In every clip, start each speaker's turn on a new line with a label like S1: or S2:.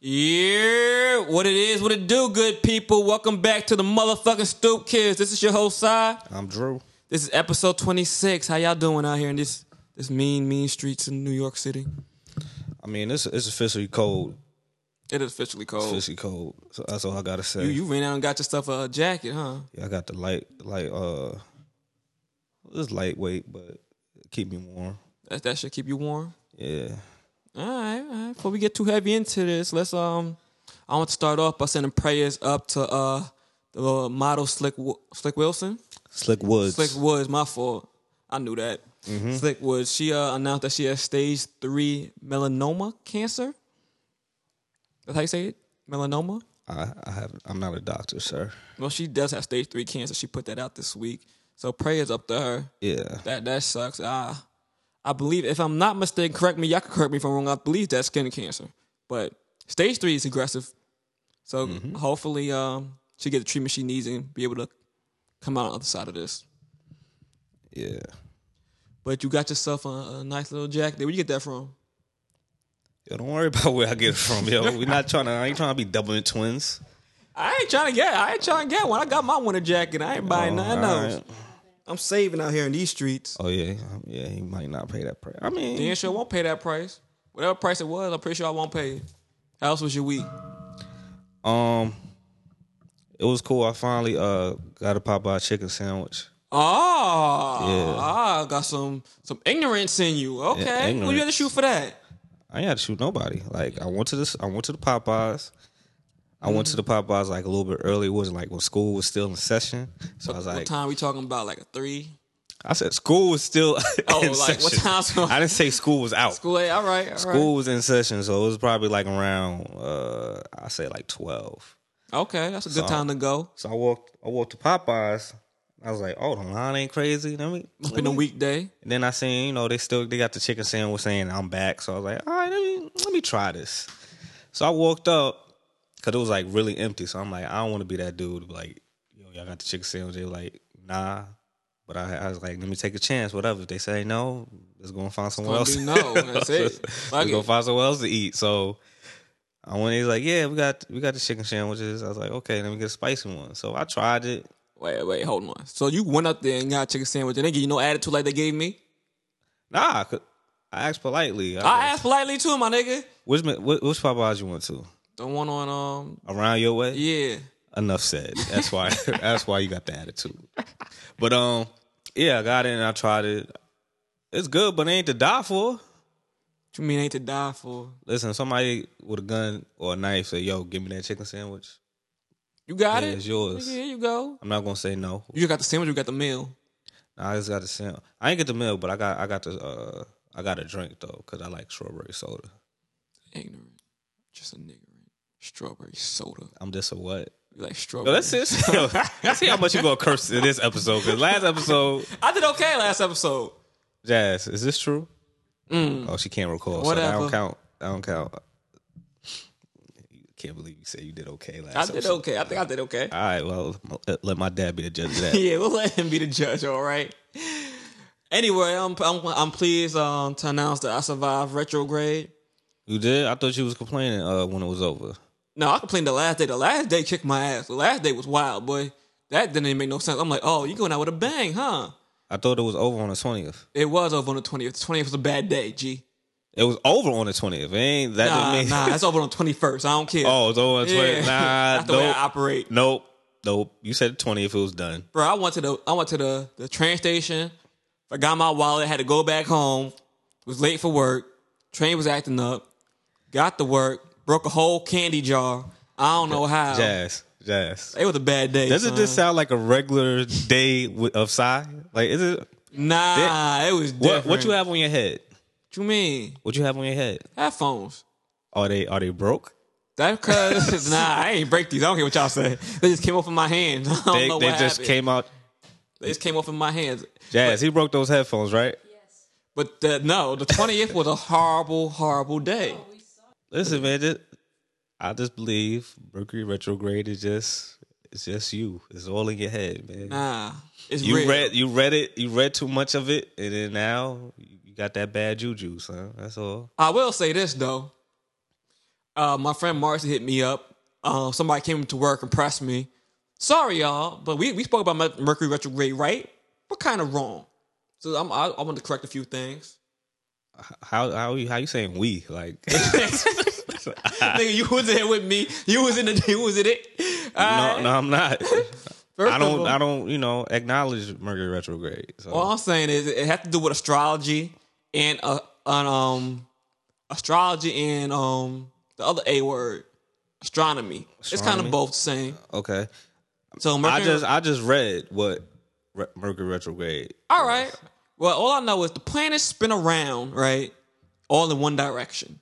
S1: Yeah, what it is, what it do, good people. Welcome back to the motherfucking Stoop Kids. This is your whole side.
S2: I'm Drew.
S1: This is episode 26. How y'all doing out here in this this mean, mean streets in New York City?
S2: I mean, it's it's officially cold.
S1: It is officially
S2: It's
S1: cold.
S2: officially cold. So that's all I gotta say.
S1: You, you ran out and got yourself a jacket, huh?
S2: Yeah, I got the light, light. Uh, it's lightweight, but it keep me warm.
S1: That, that should keep you warm.
S2: Yeah.
S1: All right, all right. Before we get too heavy into this, let's um, I want to start off by sending prayers up to uh the little model Slick Wi- Slick Wilson,
S2: Slick Woods.
S1: Slick Woods. My fault. I knew that. Slick Woods. She uh, announced that she has stage three melanoma cancer. That's how you say it, melanoma.
S2: I, I have. I'm not a doctor, sir.
S1: Well, she does have stage three cancer. She put that out this week. So prayers up to her.
S2: Yeah.
S1: That that sucks. I I believe if I'm not mistaken, correct me. Y'all can correct me if I'm wrong. I believe that's skin cancer, but stage three is aggressive. So hopefully, um, she get the treatment she needs and be able to come out on the other side of this.
S2: Yeah.
S1: But you got yourself a, a nice little jacket. Where you get that from?
S2: Yo, don't worry about where I get it from, yo. We're not trying to. I ain't trying to be doubling twins.
S1: I ain't trying to get. I ain't trying to get one. I got my winter jacket. I ain't buying nothing
S2: all
S1: else.
S2: right.
S1: I'm saving out here in these streets.
S2: Oh yeah, Um, yeah. He might not pay that price. I mean,
S1: The insurance won't pay that price. Whatever price it was, I'm pretty sure I won't pay it. How else was your week?
S2: um, it was cool. I finally uh got a Popeye chicken sandwich.
S1: Ah,
S2: Yeah.
S1: ah, got some some ignorance in you. Okay, who you had to
S2: ignorance.
S1: shoot for that?
S2: I ain't had to shoot nobody. Like I went to this, I went to the Popeyes. I went to the Popeyes like a little bit early. It wasn't like when school was still in session. So I was
S1: what
S2: like,
S1: time we talking about? Like a three?
S2: I said school was still.
S1: Oh,
S2: in
S1: like, what
S2: session.
S1: time's going-
S2: I didn't say school was out. School,
S1: School? eh, All right, all right.
S2: was in session, so it was probably like around. uh I say like twelve.
S1: Okay, that's a good
S2: So-
S1: time to go.
S2: So I walked. I walked to Popeyes. I was like, oh, the line ain't crazy. Let me.
S1: Up in a weekday.
S2: And then I seen, you know, they still they got the chicken sandwich saying I'm back. So I was like, all right, let me let me try this. So I walked up because it was like really empty. So I'm like, I don't want to be that dude. who be Like, yo, y'all got the chicken sandwich? They were like, nah. But I, I was like, let me take a chance. Whatever. If they say no, let's go and find somewhere
S1: gonna
S2: else.
S1: be no. That's it. Fuck
S2: let's go
S1: it.
S2: find somewhere else to eat. So I went. He's like, yeah, we got we got the chicken sandwiches. I was like, okay, let me get a spicy one. So I tried it.
S1: Wait, wait, hold on. So you went up there and got a chicken sandwich, and they give you no attitude like they gave me.
S2: Nah, 'cause I asked politely.
S1: I asked politely too, my nigga.
S2: Which ma- wh- which Popeyes you went to?
S1: The one on um,
S2: Around your way?
S1: yeah.
S2: Enough said. That's why. that's why you got the attitude. But um, yeah, I got it and I tried it. It's good, but it ain't to die for.
S1: What you mean ain't to die for?
S2: Listen, somebody with a gun or a knife say, "Yo, give me that chicken sandwich."
S1: You got
S2: Yeah,
S1: it.
S2: it's yours.
S1: Nigga, here you go.
S2: I'm not gonna say no.
S1: You just got the sandwich. You got the meal.
S2: Nah, I just got the sandwich. I ain't get the meal, but I got I got the uh I got a drink though because I like strawberry soda.
S1: Ignorant, just a nigger. Strawberry soda.
S2: I'm just a what?
S1: You like strawberry.
S2: Yo, that's it. Yo, let's see how much you gonna curse in this episode. Cause last episode,
S1: I did okay last episode.
S2: Jazz, is this true? Oh, she can't recall. So
S1: Mm.
S2: that
S1: Whatever.
S2: don't count. That don't count. Can't believe you said you did okay last.
S1: I did
S2: episode.
S1: okay. I think I did okay.
S2: All right. Well, let- let my dad be the judge of that.
S1: Yeah, we'll let him be the judge. All right. Anyway, I'm I'm, I'm pleased um, to announce that I survived retrograde.
S2: you did. I thought you was complaining uh, when it was over.
S1: No, I complained the last day. The last day kicked my ass. The last day was wild, boy. That didn't even make no sense. I'm like, oh, you going out with a bang, huh?
S2: I thought it was over on the twentieth.
S1: It was over on the 20th. The 20th was a bad day, G.
S2: It was over on the twentieth. Ain't that
S1: Nah,
S2: didn't mean?
S1: nah, that's over on the 21st. I don't care.
S2: Oh, it's over on the
S1: yeah.
S2: twentieth. Nah,
S1: that's the way
S2: nope,
S1: I operate.
S2: nope, nope. You said twenty if it was done.
S1: Bro, I went to the I went to the the train station, forgot my wallet, had to go back home, was late for work, train was acting up, got to work, broke a whole candy jar. I don't know how.
S2: Jazz, jazz.
S1: It was a bad day.
S2: Doesn't
S1: son.
S2: this sound like a regular day wi- of Psy? Like, is it
S1: Nah, it was different.
S2: what? What you have on your head?
S1: What you mean?
S2: What you have on your head?
S1: Headphones.
S2: Are they are they broke?
S1: That cause nah, I ain't break these. I don't care what y'all say. They just came off in my hands. I don't
S2: They,
S1: know
S2: they
S1: what
S2: just
S1: happened.
S2: came out.
S1: They just came off in my hands.
S2: Jazz, he broke those headphones, right?
S1: But the, no, the twentieth was a horrible, horrible day.
S2: Listen, man, just, I just believe Mercury retrograde is just it's just you. It's all in your head, man.
S1: Nah, it's
S2: you
S1: real.
S2: read you read it. You read too much of it, and then now you got that bad juju, son. That's all.
S1: I will say this though. Uh, my friend Marcy hit me up. Uh, somebody came to work and pressed me. Sorry, y'all, but we, we spoke about Mer- Mercury retrograde, right? We're kind of wrong. So I'm, I, I want to correct a few things.
S2: How how you how you saying we like? Ah.
S1: Nigga, you was there with me. You was in the. You was in it.
S2: no, no, I'm not.
S1: First
S2: I
S1: of
S2: don't
S1: all-
S2: I don't you know acknowledge Mercury retrograde. So
S1: All I'm saying is it has to do with astrology and uh, and, um astrology and um the other A word astronomy. It's kind
S2: Astronomy?
S1: of both the same.
S2: okay,
S1: So
S2: I
S1: Mercury,
S2: just I just read what re- Mercury retrograde.
S1: all right. Well, all I know is the planets spin around right, all in one direction.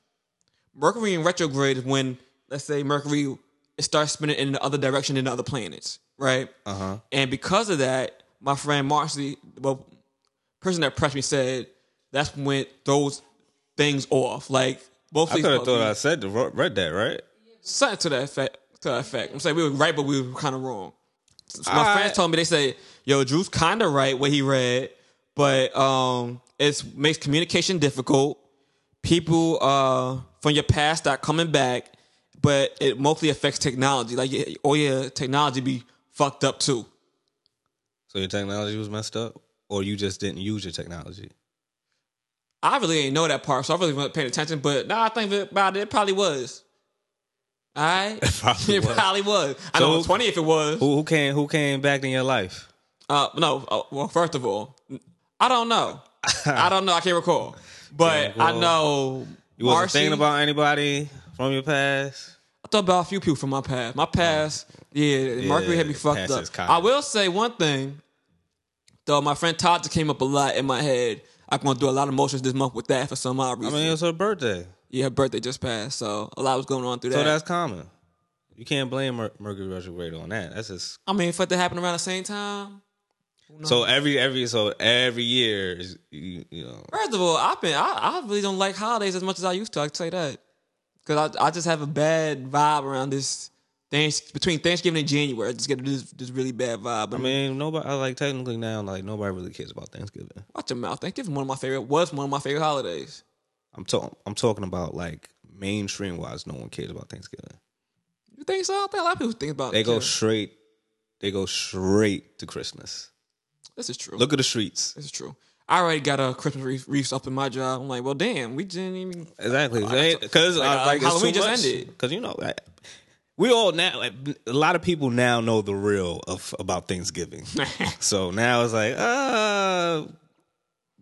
S1: Mercury in retrograde is when let's say Mercury it starts spinning in the other direction than the other planets, right?
S2: Uh huh.
S1: And because of that, my friend Marcy, well, person that pressed me said that's when those things off. Like both
S2: I
S1: these
S2: could have thought I said the, read that right.
S1: something to that effect. To that effect, I'm saying we were right, but we were kind of wrong. So my
S2: Alright.
S1: friends told me they say, "Yo, Drew's kind of right what he read, but um, it makes communication difficult. People uh from your past start coming back, but it mostly affects technology. Like, yeah, oh yeah, technology be fucked up too."
S2: So your technology was messed up, or you just didn't use your technology.
S1: I really didn't know that part, so I really wasn't paying attention. But now I think about it, it probably was. All right, it
S2: probably was.
S1: probably was. I know
S2: So-
S1: it was twenty if it was.
S2: Who, who came who came back in your life?
S1: Uh, no, uh, well, first of all, I don't know. I don't know. I can't recall, but
S2: Can't recall.
S1: I know.
S2: You wasn't
S1: Marcy,
S2: thinking about anybody from your past.
S1: I thought about a few people from my past. My past, yeah, Mercury had me
S2: Yeah,
S1: fucked
S2: past
S1: up.
S2: is kind of-
S1: I will say one thing, though. My friend Todd just came up a lot in my head. I'm going to do a lot of motions this month with that for some odd
S2: I
S1: reason.
S2: mean, it was her birthday,
S1: yeah, her birthday just passed, so a lot was going on through
S2: so
S1: that.
S2: that's common. You can't blame Mer- Mercury retrograde on that. That's just
S1: I mean, if it happened around the same time.
S2: so every every so every year is you, you know
S1: First of all, I've been I, I really don't like holidays as much as I used to. I can tell you that because I I just have a bad vibe around this. Thanks, between Thanksgiving and January, I just get this this really bad vibe. I
S2: I
S1: mean,
S2: mean, nobody. I like technically now, like nobody really cares about Thanksgiving.
S1: watch your mouth. Thanksgiving one of my favorite was one of my favorite holidays.
S2: I'm talking. I'm talking about like mainstream wise. No one cares about Thanksgiving.
S1: You think so? I think a lot of people think about
S2: They
S1: it.
S2: go
S1: too.
S2: straight. They go straight to Christmas.
S1: this is true.
S2: Look at the streets.
S1: this is true. I already got a Christmas wreath, wreath up in my job. I'm like, well, damn, we didn't even.
S2: Exactly. Because
S1: like, uh,
S2: like,
S1: Halloween
S2: it's too
S1: just
S2: much.
S1: ended.
S2: Because you know, like, we all now. Like, a lot of people now know the real of about Thanksgiving. so now it's like, uh,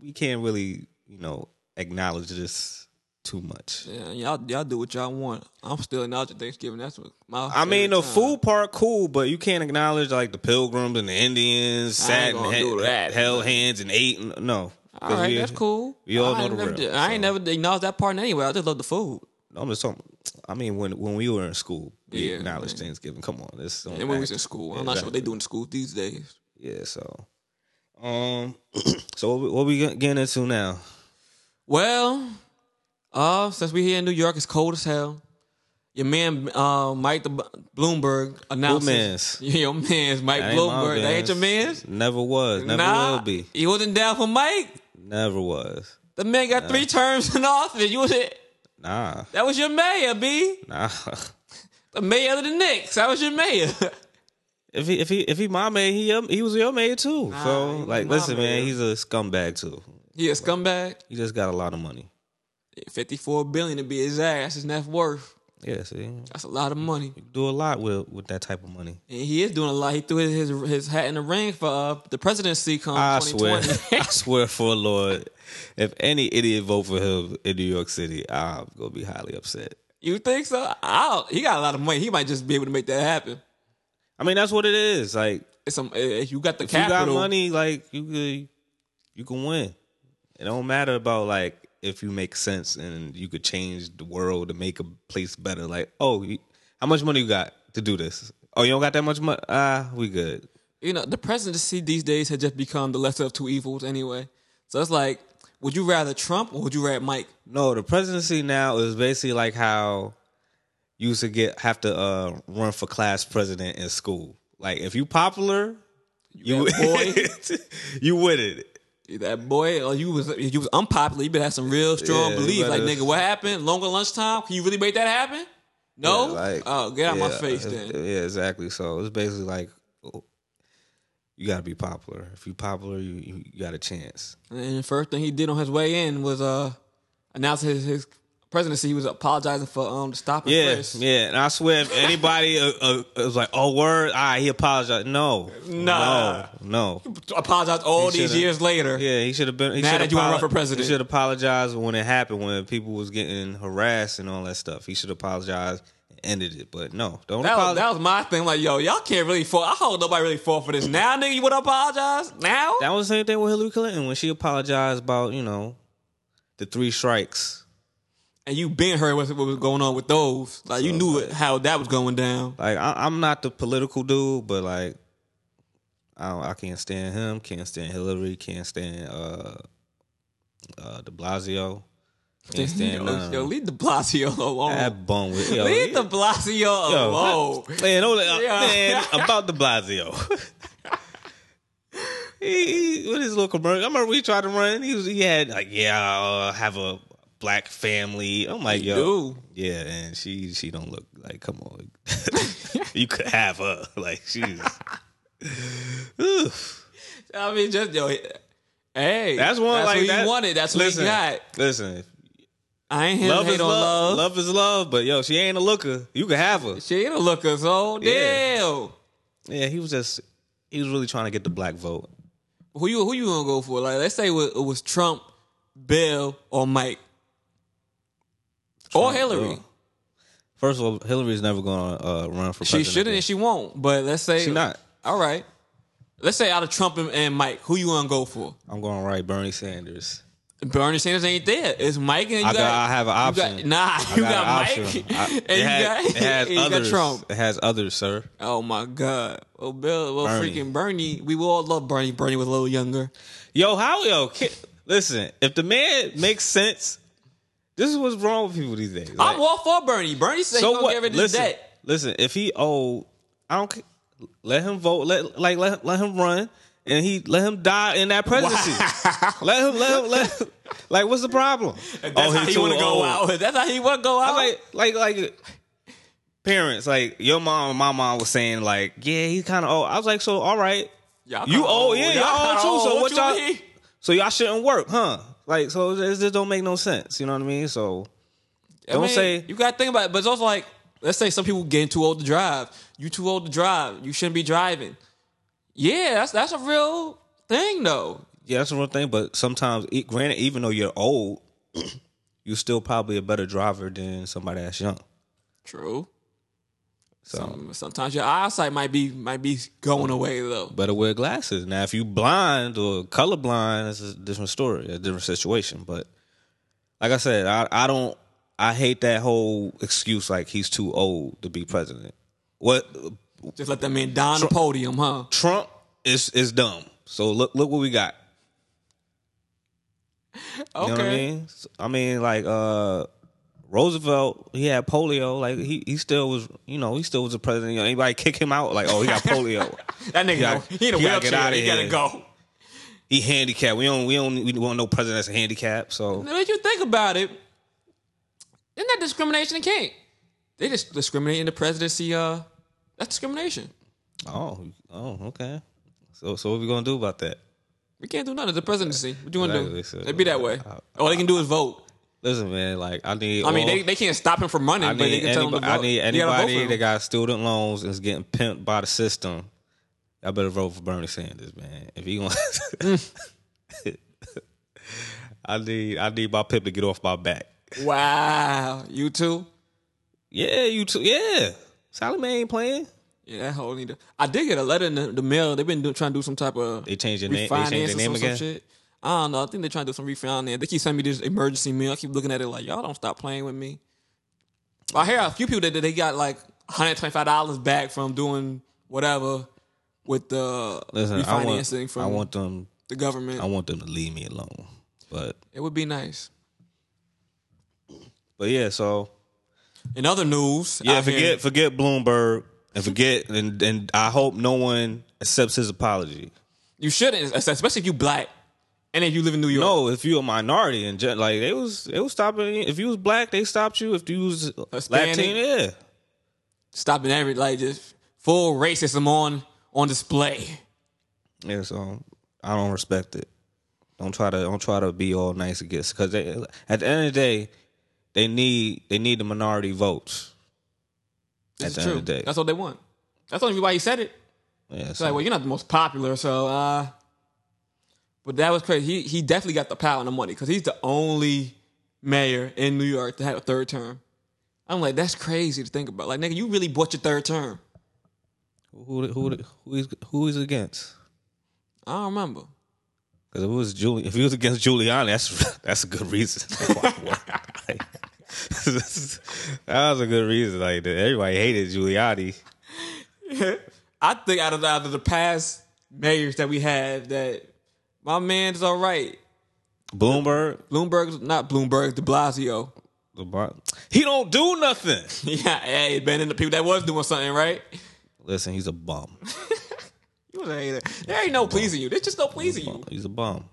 S2: we can't really, you know, acknowledge this too much.
S1: Yeah, y'all, y'all do what y'all want. I'm still acknowledging Thanksgiving. That's what my.
S2: I mean,
S1: favorite
S2: the
S1: time.
S2: food part cool, but you can't acknowledge like the pilgrims and the Indians sat and
S1: gonna do
S2: he-
S1: that.
S2: held hands and ate. And, no,
S1: All right, that's cool.
S2: we all
S1: I
S2: know
S1: ain't
S2: the
S1: never
S2: real,
S1: did- I ain't never acknowledged that part anyway. I just love the food.
S2: I'm just talking. I mean, when when we were in school, we
S1: Yeah,
S2: acknowledged Thanksgiving. Come on, this
S1: And when we was in school, I'm not sure what they do in school these days.
S2: Yeah, so um, so what we, what we getting into now?
S1: Well, uh, since we here in New York, it's cold as hell. Your man, uh, Mike the B- Bloomberg announced.
S2: mans.
S1: Your man's Mike
S2: That ain't my
S1: Bloomberg. That ain't your
S2: man's.
S1: man's.
S2: Never was, never
S1: nah,
S2: will be,
S1: He wasn't down for Mike.
S2: never was.
S1: The man got three terms in office. You was
S2: Nah,
S1: that was your mayor, B.
S2: nah.
S1: The mayor of the Knicks. That was your mayor.
S2: If he if he if he my man, he your- he was your man too. so
S1: he was
S2: like,
S1: my
S2: listen, man,
S1: man.
S2: he's a scumbag too.
S1: he a scumbag.
S2: He just got a lot of money.
S1: Fifty-four billion to be exact. That's his net worth.
S2: Yeah, see, you
S1: That's a lot of money.
S2: do a lot with with that type of money.
S1: And he is doing a lot. He threw his his, his hat in the ring for uh, the presidency come
S2: I swear,
S1: 2020.
S2: I swear for Lord, if any idiot vote for him in New York City, I'm gonna be highly upset.
S1: you think so? I'll, he got a lot of money. He might just be able to make that happen.
S2: I mean, that's what it is. Like,
S1: It's some, if you got the
S2: if you
S1: capital,
S2: got money, like you could, you can win. It don't matter about like if you make sense and you could change the world to make a place better. Like, oh, you, how much money you got to do this? Oh, you don't got that much money? Ah, we good.
S1: you know, the presidency these days has just become the lesser of two evils anyway. So it's like, would you rather Trump or would you rather Mike?
S2: No, the presidency now is basically like how you used to get have to uh, run for class president in school. Like if you popular, you
S1: that
S2: you with it.
S1: That boy, or you was you was unpopular. You better have some real strong
S2: Yeah, you
S1: belief. Like
S2: better-
S1: nigga, what happened? Longer lunchtime? Can you really make that happen? No?
S2: Yeah, like,
S1: oh, get out my
S2: yeah,
S1: face
S2: it's-
S1: then.
S2: Yeah, exactly. So it's basically like oh, you got to be popular. If you popular, you, you you got a chance.
S1: And the first thing he did on his way in was uh announce his, his presidency. He was apologizing for um the stop and
S2: Yeah,
S1: frisk.
S2: yeah. And I swear, if anybody uh, uh, was like, "Oh, word," ah, he apologized. No,
S1: Nah.
S2: no, no.
S1: Apologized all
S2: He
S1: these
S2: shoulda-
S1: years later.
S2: Yeah, he should have been. He
S1: Now
S2: shoulda
S1: that you wanna run for
S2: apolo-
S1: president.
S2: he should apologize when it happened, when people was getting harassed and all that stuff. He should apologize and ended it. But no, don't
S1: That was,
S2: apologize.
S1: that was my thing. Like, yo, y'all can't really fall. I hope nobody really fall for this. Now, nigga, you would apologize? Now?
S2: That was the same thing with Hillary Clinton when she apologized about, you know, the three strikes.
S1: and you been heard what, what was going on with those. Like, you knew it, how that was going down.
S2: Like, I, I'm not the political dude, but like, I, don't, I can't stand him, can't stand Hillary, can't stand uh, uh, De Blasio, can't stand
S1: yo,
S2: none.
S1: yo, leave the Blasio alone.
S2: that bum with yo,
S1: leave the Blasio
S2: yo,
S1: alone.
S2: man, don't let- uh,
S1: Yeah.
S2: man, about De Blasio. he, he, with his little commercial, I remember we tried to run. He was, he had like, yeah, I'll have a black family. I'm like, yo,
S1: Dude,
S2: Yeah, and she she don't look like come on. you could have her. Like she's Oof.
S1: I mean, just yo. Hey,
S2: That's one
S1: that's
S2: like
S1: what
S2: that-
S1: he wanted. That's what
S2: listen,
S1: he got.
S2: Listen,
S1: I ain't here to
S2: love
S1: hate
S2: is
S1: on
S2: love,
S1: love.
S2: love. is love, but yo, she ain't a looker. You could have her.
S1: She ain't a looker, so
S2: Yeah.
S1: damn.
S2: Yeah, he was just he was really trying to get the black vote.
S1: Who you who you gonna go for? Like, let's say it was, it was Trump, Bill, or Mike, or
S2: Trump,
S1: Hillary.
S2: Bill. First of all, Hillary's never gonna uh, run for
S1: She
S2: president.
S1: shouldn't and she won't. But let's say
S2: She not.
S1: All right. Let's say out of Trump and, and Mike, who you gonna go for?
S2: I'm gonna write Bernie Sanders.
S1: Bernie Sanders ain't there. It's Mike and you
S2: I got, I have an
S1: you got-
S2: option.
S1: nah,
S2: I
S1: you
S2: got
S1: got,
S2: an
S1: Mike
S2: option. I-
S1: and
S2: it
S1: you
S2: has,
S1: got,
S2: it has
S1: and you got
S2: others.
S1: Trump.
S2: It has others, sir.
S1: Oh my God. Well, Bill, well,
S2: Bernie.
S1: freaking Bernie. We will all love Bernie. Bernie was a little younger.
S2: Yo, how yo? ki- Listen, if the man makes sense, this is what's wrong with people these days. Like,
S1: I'm all for Bernie. Bernie said he gonna get rid of his
S2: listen,
S1: debt.
S2: listen. If he old, I don't. ca- Let him vote. Let like let let him run, and he let him die in that presidency. Let him let him let. him- like, what's the problem? Oh,
S1: That's
S2: he
S1: how Oh, he
S2: too
S1: want to go
S2: old.
S1: out. That's how he want to go out.
S2: I like like like parents. Like your mom and my mom was saying like, yeah, he's kind of old. I was like, so all right.
S1: Y'all
S2: You
S1: kinda
S2: old, yeah, y'all old
S1: kinda
S2: too. So what y'all?
S1: mean?
S2: So y'all shouldn't work, huh? Like, so this just don't make no sense. You know what I mean? So
S1: I
S2: don't
S1: mean,
S2: say
S1: you got to think about it. But it's also like, let's say some people getting too old to drive. You too old to drive. You shouldn't be driving. Yeah, that's that's a real thing though.
S2: yeah, that's the real thing. But sometimes, e- granted, even though you're old, you're still probably a better driver than somebody that's young.
S1: True.
S2: So
S1: Some, Um, sometimes your eyesight might be might be going away though.
S2: better wear glasses. Now, if you blind or colorblind, it's a different story, a different situation. But like I said, I, I don't. I hate that whole excuse like he's too old to be president. What
S1: Just let that man don the podium, huh?
S2: Trump is is dumb. So look look what we got.
S1: Okay.
S2: You know what I mean? S- I mean, like uh Roosevelt, he had polio. Like he, he still was, you know, he still was a president. You know, anybody kick him out? Like, oh, he got polio.
S1: That nigga,
S2: gotta-
S1: know. he in a
S2: he gotta get
S1: wheelchair.
S2: outta
S1: He gotta
S2: here.
S1: go.
S2: he handicapped. We don't, we don't, we want no president that's handicapped. So
S1: Now that you think about it, isn't that discrimination and can't? They just discriminate in the presidency. Uh, that's discrimination.
S2: oh, oh, okay. So so what we gonna do about that?
S1: We can't do nothing. It's the presidency. What do you want to
S2: Exactly,
S1: do?
S2: so- uh,
S1: It'd be that way.
S2: I-
S1: All they can do is vote.
S2: Listen, man. Like I need.
S1: I mean,
S2: all-
S1: they, they can't stop him from running,
S2: I
S1: but they
S2: need
S1: can tell him to
S2: anybody,
S1: vote.
S2: I need
S1: You gotta vote for
S2: anybody
S1: him.
S2: that got student loans and is getting pimped by the system. I better vote for Bernie Sanders, man. If he wants, I need I need my pimp to get off my back.
S1: Wow, you too.
S2: Yeah, you too. Yeah, Sally Mae ain't playing.
S1: Yeah, that whole need. to- I did get a letter in the, the mail. They've been do, trying to do some type of
S2: They changed their name. They
S1: refinance
S2: changed their
S1: or
S2: name
S1: some, some
S2: again.
S1: shit. I don't know. I think they're trying to do some refinance. They keep sending me this emergency mail. I keep looking at it like, y'all don't stop playing with me. I hear a few people that that they got like hundred twenty five dollars back from doing whatever with the
S2: Listen, I
S1: refinancing
S2: want,
S1: from
S2: I want them.
S1: the government.
S2: I want them to leave me alone. But
S1: it would be nice.
S2: but yeah, so
S1: In other news,
S2: Yeah,
S1: out here-
S2: forget forget Bloomberg and forget and and I hope no one accepts his apology.
S1: you shouldn't, especially if you black and if you live in New York.
S2: No, if you're a minority and gen- like they was they was stopping you. if you was black they stopped you if you was
S1: Hispanic.
S2: Latino yeah
S1: stopping every like just full racism on on display.
S2: Yeah, so I don't respect it. Don't try to don't try to be all nice against because at the end of the day, they need they need the minority votes.
S1: This
S2: At the
S1: is
S2: end
S1: true.
S2: of the day.
S1: That's what they want. That's the only reason why he said it.
S2: Yeah,
S1: It's like,
S2: so,
S1: well, you're not the most popular, so uh But that was crazy. He he definitely got the power and the money because he's the only mayor in New York to have a third term. I'm like, that's crazy to think about. Like, nigga, you really bought your third term.
S2: who who who is who is against?
S1: I don't remember.
S2: Because if it was Juli- if he was against Giuliani, that's that's a good reason. Like, that was a good reason. Like everybody hated Giuliani.
S1: I think out of, out of the past mayors that we had, that my man's all right.
S2: Bloomberg,
S1: Bloomberg's not Bloomberg, De Blasio.
S2: LeBron, he don't do nothing.
S1: Yeah, hey, been in the people that was doing something right.
S2: Listen, he's a bum.
S1: You was a hater. There ain't no pleasing you. There's just no pleasing you.
S2: He's a bum.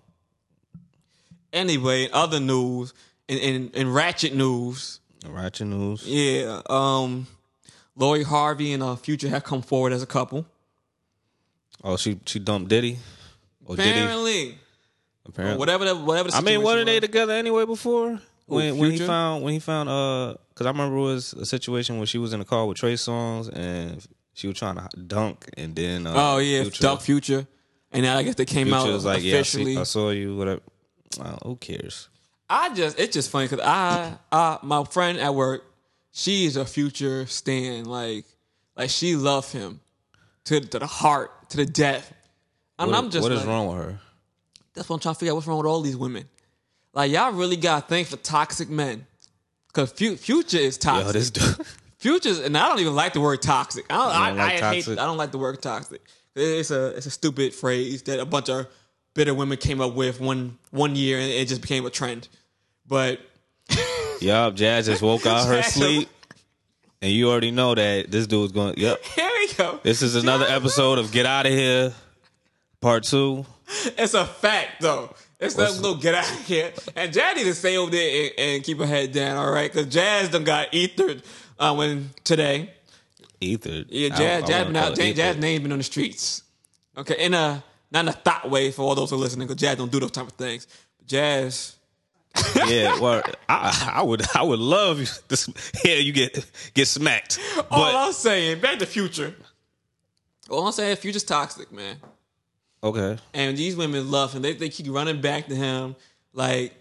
S1: Anyway, in other news, in, in, in ratchet news,
S2: Ratchet news.
S1: yeah, um, Lori Harvey and uh, Future have come forward as a couple.
S2: Oh, she she dumped Diddy. Or Diddy.
S1: Apparently, Oh,
S2: Apparently.
S1: whatever the whatever. The
S2: I mean,
S1: what
S2: weren't they together anyway before? When when he
S1: Future?
S2: found when he found uh, cause I remember it was a situation where she was in the car with Trey Songz and she was trying to dunk and then uh,
S1: Oh yeah,
S2: Future,
S1: Duck Future, and now I guess they came
S2: Future
S1: out
S2: was like yeah, I see-
S1: officially.
S2: I, saw you whatever. Oh, who cares?
S1: I just it's just funny because I, I my friend at work, she is a future stan. Like like she loved him to to the heart to the death. And
S2: What-
S1: I'm just
S2: what is
S1: like,
S2: wrong with her?
S1: that's what I'm trying to figure out. What's wrong with all these women? Like y'all really got to think for toxic men because future is toxic.
S2: Yo, this dude.
S1: Futures, and I don't even like the word toxic. I don't, I,
S2: You don't like
S1: I
S2: toxic?
S1: hate. I don't like the word toxic. It's a it's a stupid phrase that a bunch of bitter women came up with one one year, and it just became a trend. But
S2: yup, Jazz just woke out her
S1: Jazz-
S2: sleep, and you already know that this dude's going. Yep,
S1: here we go.
S2: this is another episode of Get Out of Here, Part Two.
S1: It's a fact, though. It's not little get out of here. And Jazz need to stay over there and, and keep her head down, all right? Because Jazz done got ethered uh, when today.
S2: Ether.
S1: Yeah, Jazz, Jazz, been out, Jazz, Jazz name been on the streets. Okay, in a not in a thought way for all those who are listening, because Jazz don't do those type of things. Jazz.
S2: Yeah, well, I, I would, I would love this. Yeah, you get get smacked,
S1: all
S2: but
S1: I'm saying, back to future. All I'm saying, future's toxic, man.
S2: okay.
S1: And these women love him. They they keep running back to him, like,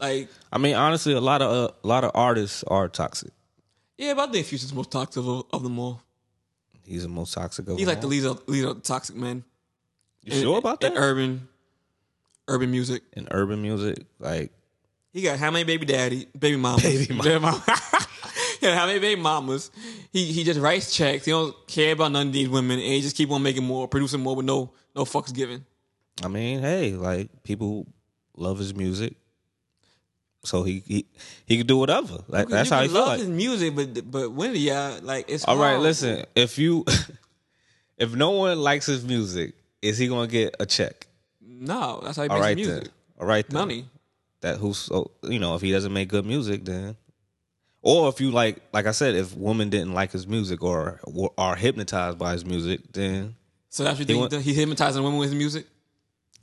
S1: like
S2: I mean, honestly, a lot of uh, a lot of artists are toxic.
S1: yeah. But I think future's the most toxic of, of them all.
S2: He's the most toxic of.
S1: He's
S2: them
S1: like the
S2: all.
S1: leader, leader of the toxic men.
S2: You sure about
S1: In-
S2: that?
S1: In urban, urban music.
S2: In urban music, like
S1: He got how many baby daddy, baby mamas?
S2: Baby mama.
S1: mama. yeah, how many baby mamas? He he just writes checks. He don't care about none of these women, and he just keep on making more, producing more with no no fucks given.
S2: I mean, hey, like people love his music, so he he he can do whatever. Like that's
S1: you
S2: how he
S1: can
S2: feel.
S1: love
S2: Like.
S1: his Oh. music, but but when do y'all like it's
S2: All right,
S1: hard.
S2: listen. If you if no one likes his music, is he gonna get a check?
S1: No, that's how he
S2: All
S1: makes
S2: right
S1: his music.
S2: then. All right then.
S1: Money.
S2: that who's so you know if he doesn't make good music then or if you like like i said if women didn't like his music or or are hypnotized by his music then
S1: So that's what you
S2: want-
S1: think he hypnotizing women with his music?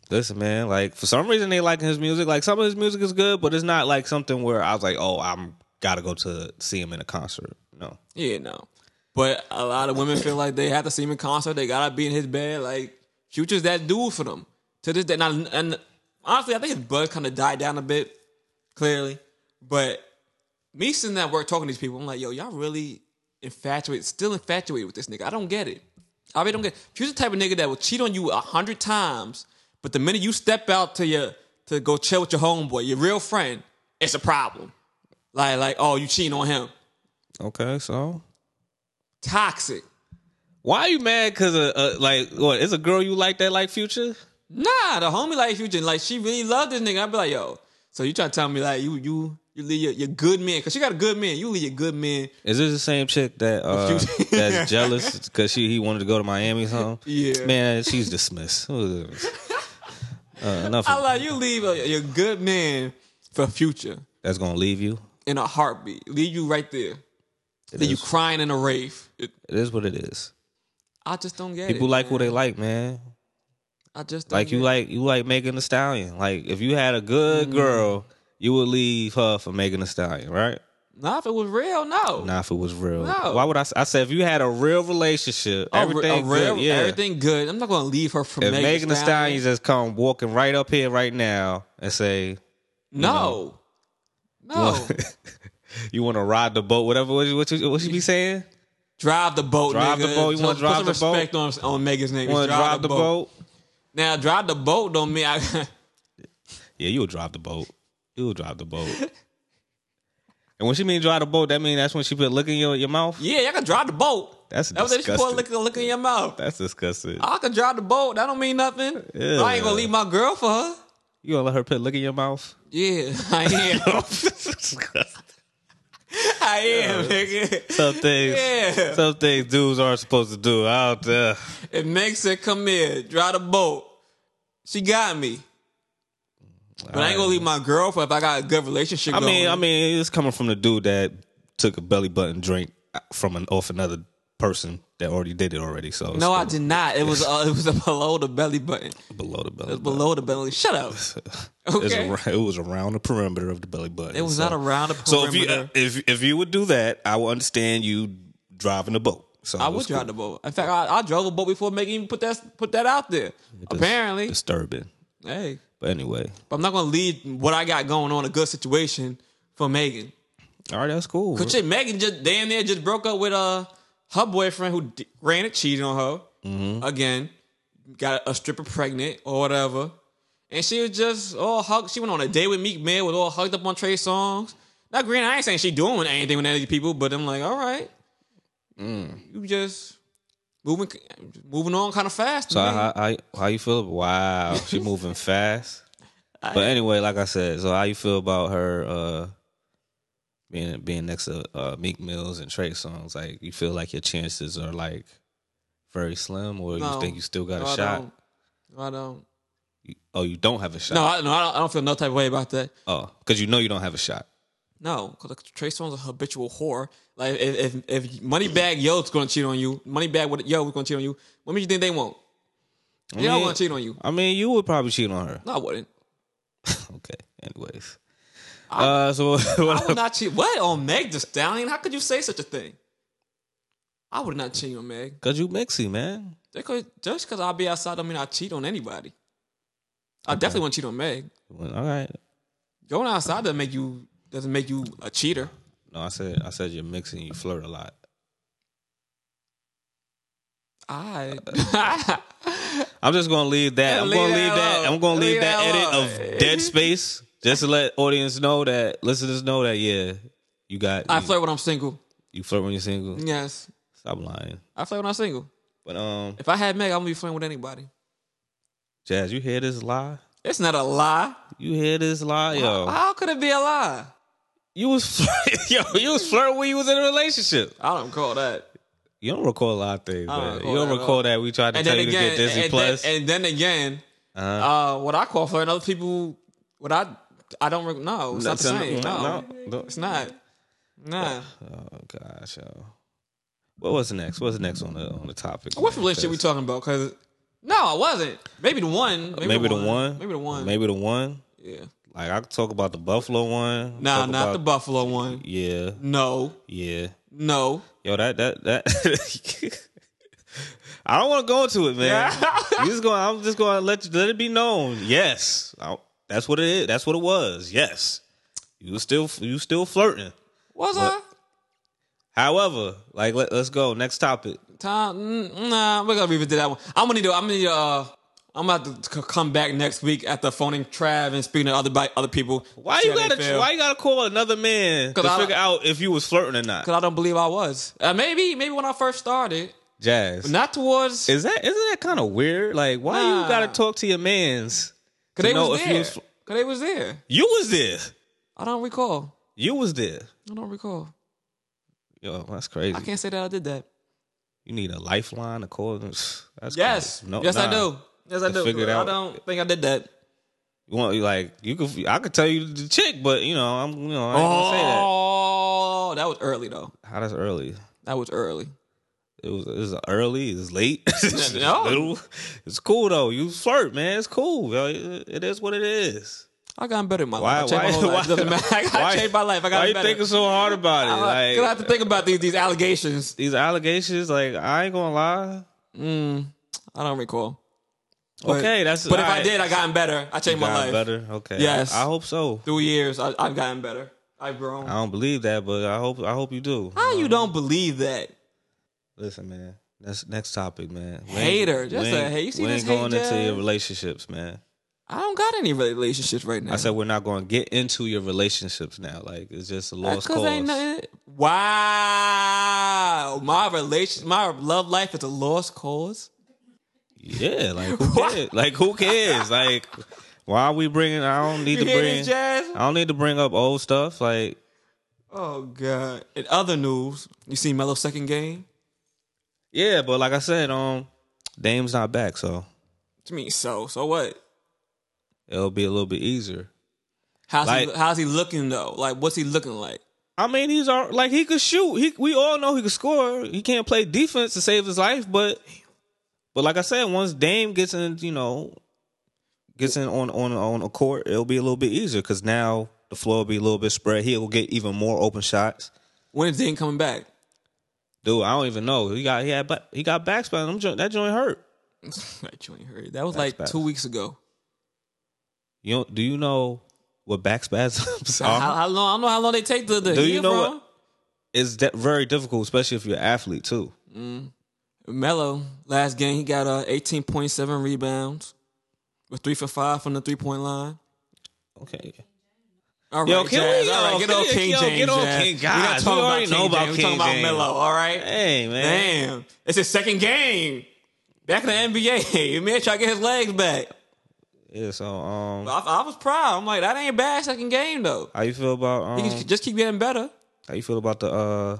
S2: listen man like for some reason they liking his music like some of his music is good but it's not like something where i was like oh i'm gotta go to see him in a concert no
S1: Yeah, no. But a lot of women feel like they have to see him in concert. They gotta be in his bed. Like Future's that dude for them to this day. Now, and honestly, I think his buzz kind of died down a bit. Clearly, but me sitting at work talking to these people, I'm like, yo, y'all really infatuated, still infatuated with this nigga. I don't get it. I really don't get. It. Future type of nigga that will cheat on you a hundred times, but the minute you step out to your to go chill with your homeboy, your real friend, it's a problem. Like, like, oh, you cheating on him?
S2: okay so
S1: Toxic.
S2: why are you mad because uh, uh, like what is a girl you like that like future
S1: Nah, the homie like Future, like she really loved this nigga. I'd be like, yo, so you try to tell me like you you you leave your, your good man because she got a good man. You leave your good man.
S2: Is this the same chick that uh,
S1: Future-
S2: that's jealous because she he wanted to go to Miami or something?
S1: Yeah.
S2: man, she's dismissed. uh, enough.
S1: I like you leave a, your good man for Future
S2: that's gonna leave you.
S1: in a heartbeat. Leave you right there.
S2: It
S1: Then you
S2: is,
S1: crying in a rave. It-
S2: it is what it is.
S1: I just don't get
S2: People
S1: it.
S2: like
S1: man.
S2: what they like, man.
S1: I just don't
S2: Like you
S1: get it.
S2: like you like Megan the Stallion. Like if you had a
S1: Mm-hmm.
S2: good girl, you would leave her for Megan the Stallion, right?
S1: Nah, if it was real, no.
S2: Nah, if it was real,
S1: No.
S2: why would I? s- I said if you had a real relationship,
S1: A re-
S2: everything
S1: a real-
S2: good, yeah.
S1: everything good. I'm not gonna leave her for
S2: if
S1: Megan,
S2: Megan Thee
S1: Stallion.
S2: Stallion just come walking right up here right now and say,
S1: No. No.
S2: "You want to ride the boat?" Whatever, what, you- what, you- what she be saying?
S1: drive the boat,
S2: Drive the
S1: nigga.
S2: boat. You wanna
S1: Put
S2: drive
S1: some
S2: the boat?
S1: respect on, on Megan's name.
S2: Want to drive, the boat?
S1: Now, drive the boat don't mean I...
S2: Yeah, you'll drive the boat. You'll drive the boat. and when she mean drive the boat, that mean that's when she put lick in your your mouth.
S1: Yeah, y'all can drive the boat.
S2: That's
S1: That was it. She
S2: disgusting.
S1: put lick, lick in your mouth.
S2: That's disgusting.
S1: I can drive the boat. That don't mean nothing.
S2: Yeah.
S1: I ain't gonna leave my girl for her.
S2: You gonna let her put lick in your mouth?
S1: Yeah, I am.
S2: Disgusting.
S1: I am, nigga.
S2: Some things,
S1: Yeah.
S2: some things dudes aren't supposed to do. uh, Out there,
S1: It makes it come here, drive the boat. She got me. But I ain't gonna leave my girl for if I got a good relationship
S2: I
S1: going.
S2: mean, I mean, it's coming from the dude that took a belly button drink from an off another person that already did it already. So it's
S1: no, I
S2: kinda
S1: did not. It was uh, it was below the belly button.
S2: below the belly. button.
S1: Below the belly. Shut up.
S2: It's
S1: Okay.
S2: ar- it was around the perimeter of the belly button.
S1: It was
S2: so-
S1: not around the
S2: So if you
S1: perimeter.
S2: if if you would do that, I would understand you driving the boat. So
S1: I would drive the boat. In fact, I, I drove a boat before making even put that put that out there. Apparently,
S2: disturbing.
S1: hey,
S2: But anyway,
S1: But I'm not gonna leave what I got going on a good situation for Megan.
S2: all right, that's cool.
S1: But shit, Megan just damn near just broke up with uh her boyfriend who d- ran it cheated on her
S2: Mm-hmm.
S1: again, got a stripper pregnant or whatever, and she was just all hugged. She went on a date with Meek Mill, was all hugged up on Trey Songs. Now, green, I ain't saying she doing anything with any of these people, but I'm like, all right,
S2: Mm.
S1: you just moving moving on kind of fast.
S2: So
S1: man.
S2: how, how how you feel? Wow, she moving fast. But anyway, like I said, so how you feel about her uh, being being next to uh, Meek Mills and Trey Songs? Like, you feel like your chances are like very slim, or
S1: No.
S2: you think you still got
S1: No,
S2: a
S1: I
S2: shot?
S1: don't. No, I don't.
S2: You- Oh, you don't have a shot.
S1: No, I, no, I don't, I don't feel no type of way about that.
S2: Oh, because you know you don't have a shot.
S1: No, because Trey Songz is a habitual whore. Like if if, if Moneybag Yo's gonna cheat on you, Moneybag with Yo is gonna cheat on you. What makes you think they won't? They don't
S2: mean-
S1: want to cheat on you.
S2: I mean, you would probably cheat on her.
S1: No, I wouldn't.
S2: Okay. Anyways. uh, so
S1: I
S2: what
S1: would not cheat. What on Meg the Stallion? How could you say such a thing? I would not cheat on Meg.
S2: Because you mixy, man.
S1: They could- Just because I be outside, don't mean I cheat on anybody. I definitely won't cheat on Meg.
S2: Well, All right.
S1: Going outside doesn't make you doesn't make you a cheater.
S2: No, I said I said you're mixing. You flirt a lot.
S1: I uh,
S2: I'm just gonna leave that.
S1: Yeah,
S2: I'm
S1: leave
S2: gonna
S1: that
S2: leave that.
S1: alone.
S2: I'm gonna leave
S1: Leave
S2: that,
S1: that
S2: edit
S1: alone.
S2: of dead space just to let audience know that listeners know that yeah, you got
S1: I
S2: you,
S1: flirt when I'm single.
S2: you flirt when you're single.
S1: Yes,
S2: Stop lying.
S1: I flirt when I'm single.
S2: But um,
S1: If I had Meg, I'm gonna be flirting with anybody.
S2: Jazz, you hear this lie?
S1: It's not a lie.
S2: You hear this lie, yo?
S1: How could it be a lie?
S2: You was flirt- yo, you was flirting when you was in a relationship.
S1: I don't call that.
S2: You don't recall a lot of things.
S1: I don't
S2: Man.
S1: recall
S2: You don't
S1: that at
S2: recall
S1: all.
S2: that we tried to
S1: And
S2: tell
S1: then
S2: you to
S1: again,
S2: get Disney
S1: and,
S2: Plus.
S1: Then, and then again,
S2: uh-huh.
S1: uh, what I call flirting, other people, what I, I don't. rec- No, it's not the
S2: That's-
S1: same. No,
S2: no.
S1: it's not. Nah.
S2: Oh gosh, yo. What was next? What's next on the on the topic?
S1: What
S2: man?
S1: relationship we
S2: 'Cause-
S1: talking about? Because no, I wasn't. Maybe the one. Maybe,
S2: Maybe the one.
S1: Maybe the one.
S2: Maybe the one.
S1: Yeah.
S2: Like I could talk about the Buffalo one.
S1: Nah,
S2: talk
S1: not the
S2: about-
S1: Buffalo one.
S2: Yeah,
S1: No,
S2: yeah.
S1: no.
S2: Yo, that that that. I don't want to go into it, man. you just going. I'm just going to let you, let it be known. Yes, I, that's what it is. That's what it was. Yes, you was still you still flirting.
S1: Was
S2: However, like let, let's go next topic.
S1: I? Time. mm, Nah, we're gonna revisit that one. I'm gonna need to. I'm gonna need to, uh. I'm about to c- come back next week after phoning Trav and speaking to other by other people.
S2: Why you gotta why you gotta call another man to
S1: 'Cause I-
S2: figure out if you was flirting or not?
S1: Because I don't believe I was. Uh, maybe, maybe when I first started,
S2: Jazz.
S1: but not towards.
S2: Is that isn't that kind of weird? Like, why you
S1: Nah.
S2: gotta talk to your man's?
S1: Cause
S2: to
S1: they
S2: know
S1: was
S2: if
S1: there.
S2: you was-
S1: Cause they was there.
S2: You was there.
S1: I don't recall.
S2: You was there.
S1: I don't recall.
S2: Yo, that's crazy.
S1: I can't say that I did that.
S2: You need a lifeline to call. them. That's
S1: Yes.
S2: crazy. No,
S1: yes, I
S2: nah.
S1: do. Yes, I
S2: Let's figure
S1: do.
S2: it
S1: I
S2: out.
S1: don't think I did that.
S2: You want like you could? I could tell you the chick, but you know I'm you know I ain't gonna say that.
S1: Oh, Oh, that was early though.
S2: How that's early?
S1: That was early.
S2: It was it was early. It was late. it's
S1: No.
S2: little. It's cool though. You flirt, man. It's cool. yo. It is what it is.
S1: I gotten better in my
S2: Why?
S1: life. I changed my whole
S2: why-
S1: life. Doesn't matter. I
S2: why-
S1: changed my life. I got
S2: Why you
S1: better.
S2: thinking so hard about it?
S1: I,
S2: like,
S1: Uh, I have to think about these these allegations.
S2: these allegations, like I ain't gonna lie.
S1: I don't recall. But-
S2: Okay, that's.
S1: But if I
S2: alright.
S1: did, I gotten better. I changed my
S2: Got
S1: life.
S2: better. Okay.
S1: Yes.
S2: I, I hope so.
S1: Through years, I, I've gotten better. I've grown.
S2: I don't believe that, but I hope. I hope you do.
S1: How you don't believe that?
S2: Listen, man. That's next topic, man. We ain't-
S1: Hater. Just
S2: we ain't-
S1: a hate. You see
S2: we
S1: this
S2: ain't
S1: hate
S2: going into
S1: jazz?
S2: your relationships, man.
S1: I don't got any relationships right now.
S2: I said we're not going to get into your relationships now. Like it's just a lost
S1: because
S2: cause.
S1: ain't nothing. Wow, my relation, my love life is a lost cause.
S2: Yeah, like who cares? like who cares? Like why are we bringing? I don't need
S1: You
S2: to
S1: hear
S2: bring.
S1: this, Jazz?
S2: I don't need to bring up old stuff. Like
S1: Oh God! In other news, you see Melo's second game.
S2: yeah, but like I said, um, Dame's not back, so
S1: To me, so so what?
S2: it'll be a little bit easier.
S1: How's
S2: Like-
S1: he, how's he looking though? Like, what's he looking like?
S2: I mean, he's all, like he could shoot. He we all know he could score. He can't play defense to save his life, but but like I said, once Dame gets in, you know, gets in on on on a court, it'll be a little bit easier because now the floor will be a little bit spread. He'll get even more open shots.
S1: When is Dame coming back?
S2: Dude, I don't even know. He got he had ba- he got back spasm. Them jo- That joint hurt.
S1: that joint hurt. That was like
S2: bad.
S1: two weeks ago.
S2: You know, do you know what back spasms
S1: How,
S2: are?
S1: how long? I don't know how long they take to the.
S2: Uh-huh. Do you know what- it's de- very difficult, especially if you're an athlete too.
S1: Melo last game he got uh eighteen point seven rebounds, with three for five from the three point line.
S2: Okay.
S1: All right,
S2: Yo, can
S1: Jazz,
S2: we-
S1: all right,
S2: yo,
S1: get
S2: can
S1: on
S2: we-
S1: King
S2: yo,
S1: James.
S2: get on
S1: Jazz.
S2: King-
S1: We're not
S2: guys,
S1: talking
S2: we
S1: about
S2: already
S1: King
S2: know about
S1: James.
S2: King
S1: We're talking
S2: James.
S1: about Melo. All right,
S2: Hey man.
S1: damn, it's his second game back in the NBA. He may try to get his legs back.
S2: Yeah. So um,
S1: I, I was proud. I'm like, that ain't bad second game though.
S2: how you feel about um?
S1: He can just keep getting better.
S2: How you feel about the uh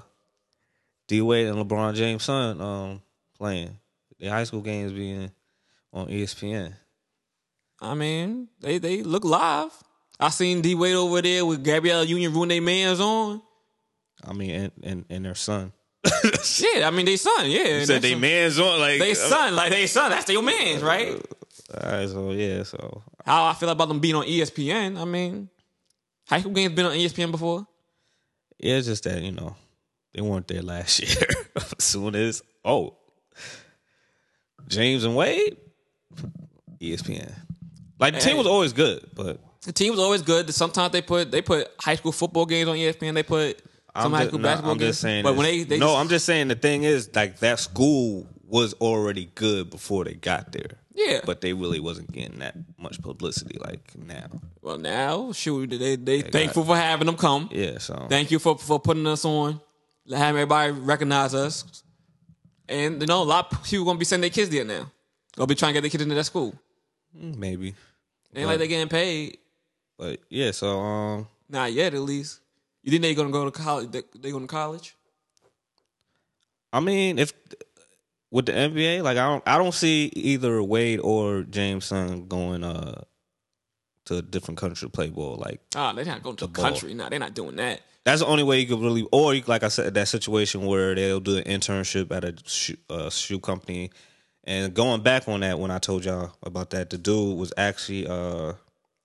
S2: D Wade and LeBron James son um playing? The high school games being on E ESPN.
S1: I mean, they they look live. I seen D Wade over there with Gabrielle Union ruin their man's on.
S2: I mean and and, and their son.
S1: Yeah, I mean they son. Yeah, And that's some-
S2: man's on like uh,
S1: they son like they son. That's your man's right.
S2: Alright, so yeah, so
S1: How I feel about them being on E ESPN. I mean, high school games been on E ESPN before.
S2: yeah, it's just that, you know, they weren't there last year. as soon as oh James and Wade E ESPN. Like the team
S1: Hey.
S2: was always good, but
S1: The team was always good. Sometimes they put they put high school football games on E ESPN. They put some
S2: I'm
S1: high
S2: just-
S1: school
S2: no,
S1: basketball
S2: I'm
S1: games.
S2: just saying.
S1: but when
S2: it's-
S1: they, they
S2: no,
S1: just-
S2: I'm just saying the thing is like that school was already good before they got there.
S1: Yeah.
S2: but they really wasn't getting that much publicity like now.
S1: well now shoot they they
S2: got-
S1: thankful for having them come.
S2: Yeah, so
S1: Thank you for for putting us on, having everybody recognize us, and you know a lot of people gonna be sending their kids there now. Gonna be trying to get their kids into that school.
S2: mm, maybe.
S1: Ain't like they getting paid,
S2: But yeah, so um,
S1: not yet at least. You think they gonna go to college? They, they going to college?
S2: I mean, if with the NBA, like I don't, I don't see either Wade or Jameson going uh to a different country to play ball. Like
S1: Ah, they're not going to the,
S2: ball.
S1: country. Nah, they're not doing that.
S2: That's the only way you could really, or you- like I said, that situation where they'll do an internship at a shoe, uh, shoe company. And going back on that, when I told y'all about that, the dude was actually uh,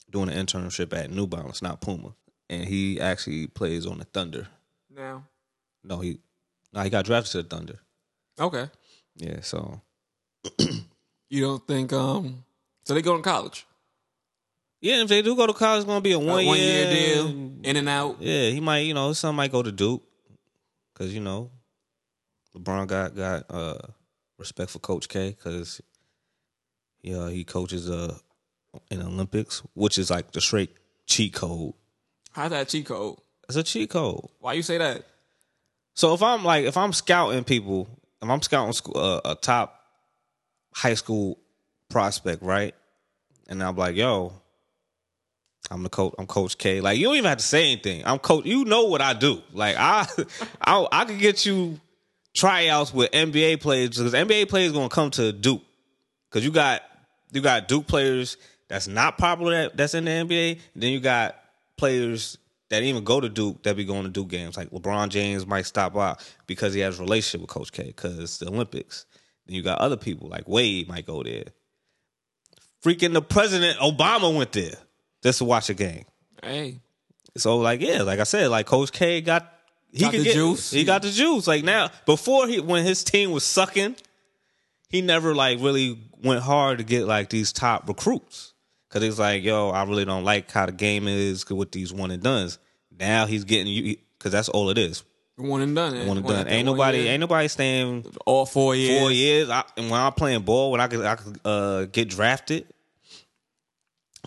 S2: doing an internship at New Balance, not Puma, and he actually plays on the Thunder.
S1: No.
S2: No, he, no, he got drafted to the Thunder.
S1: Okay.
S2: Yeah, so
S1: You don't think um? So they going to college?
S2: yeah, if they do go to college, it's gonna be a
S1: A
S2: one,
S1: one year
S2: year
S1: deal, in and out.
S2: Yeah, he might, you know, his son might go to Duke because you know LeBron got got uh, respect for Coach K because yeah, he coaches uh in Olympics, which is like the straight cheat code.
S1: How's that cheat code?
S2: It's a cheat code.
S1: Why you say that?
S2: So if I'm like if I'm scouting people, if I'm scouting school, uh, a top high school prospect, right? And I'm like, yo, I'm the coach. I'm Coach K. Like you don't even have to say anything. I'm coach. You know what I do. Like I, I, I could get you tryouts with NBA players because NBA players gonna come to Duke because you got you got Duke players that's not popular that, that's in the NBA. Then you got players that even go to Duke that be going to Duke games. Like LeBron James might stop by because he has a relationship with Coach K because the Olympics. Then you got other people like Wade might go there. Freaking the president Obama went there just to watch a game.
S1: Hey,
S2: So like yeah, like I said, like Coach K got he
S1: Got
S2: could
S1: the
S2: get
S1: juice.
S2: He got the juice. Like now, before he when his team was sucking, he never like really went hard to get like these top recruits because it's like yo, I really don't like how the game is with these one and duns. Now he's getting you because that's all it is
S1: one and done. eh?
S2: one and done.
S1: after
S2: Ain't
S1: one
S2: nobody
S1: year.
S2: ain't nobody staying
S1: all four years.
S2: four years. I, and when I'm playing ball, when I could I could uh, get drafted.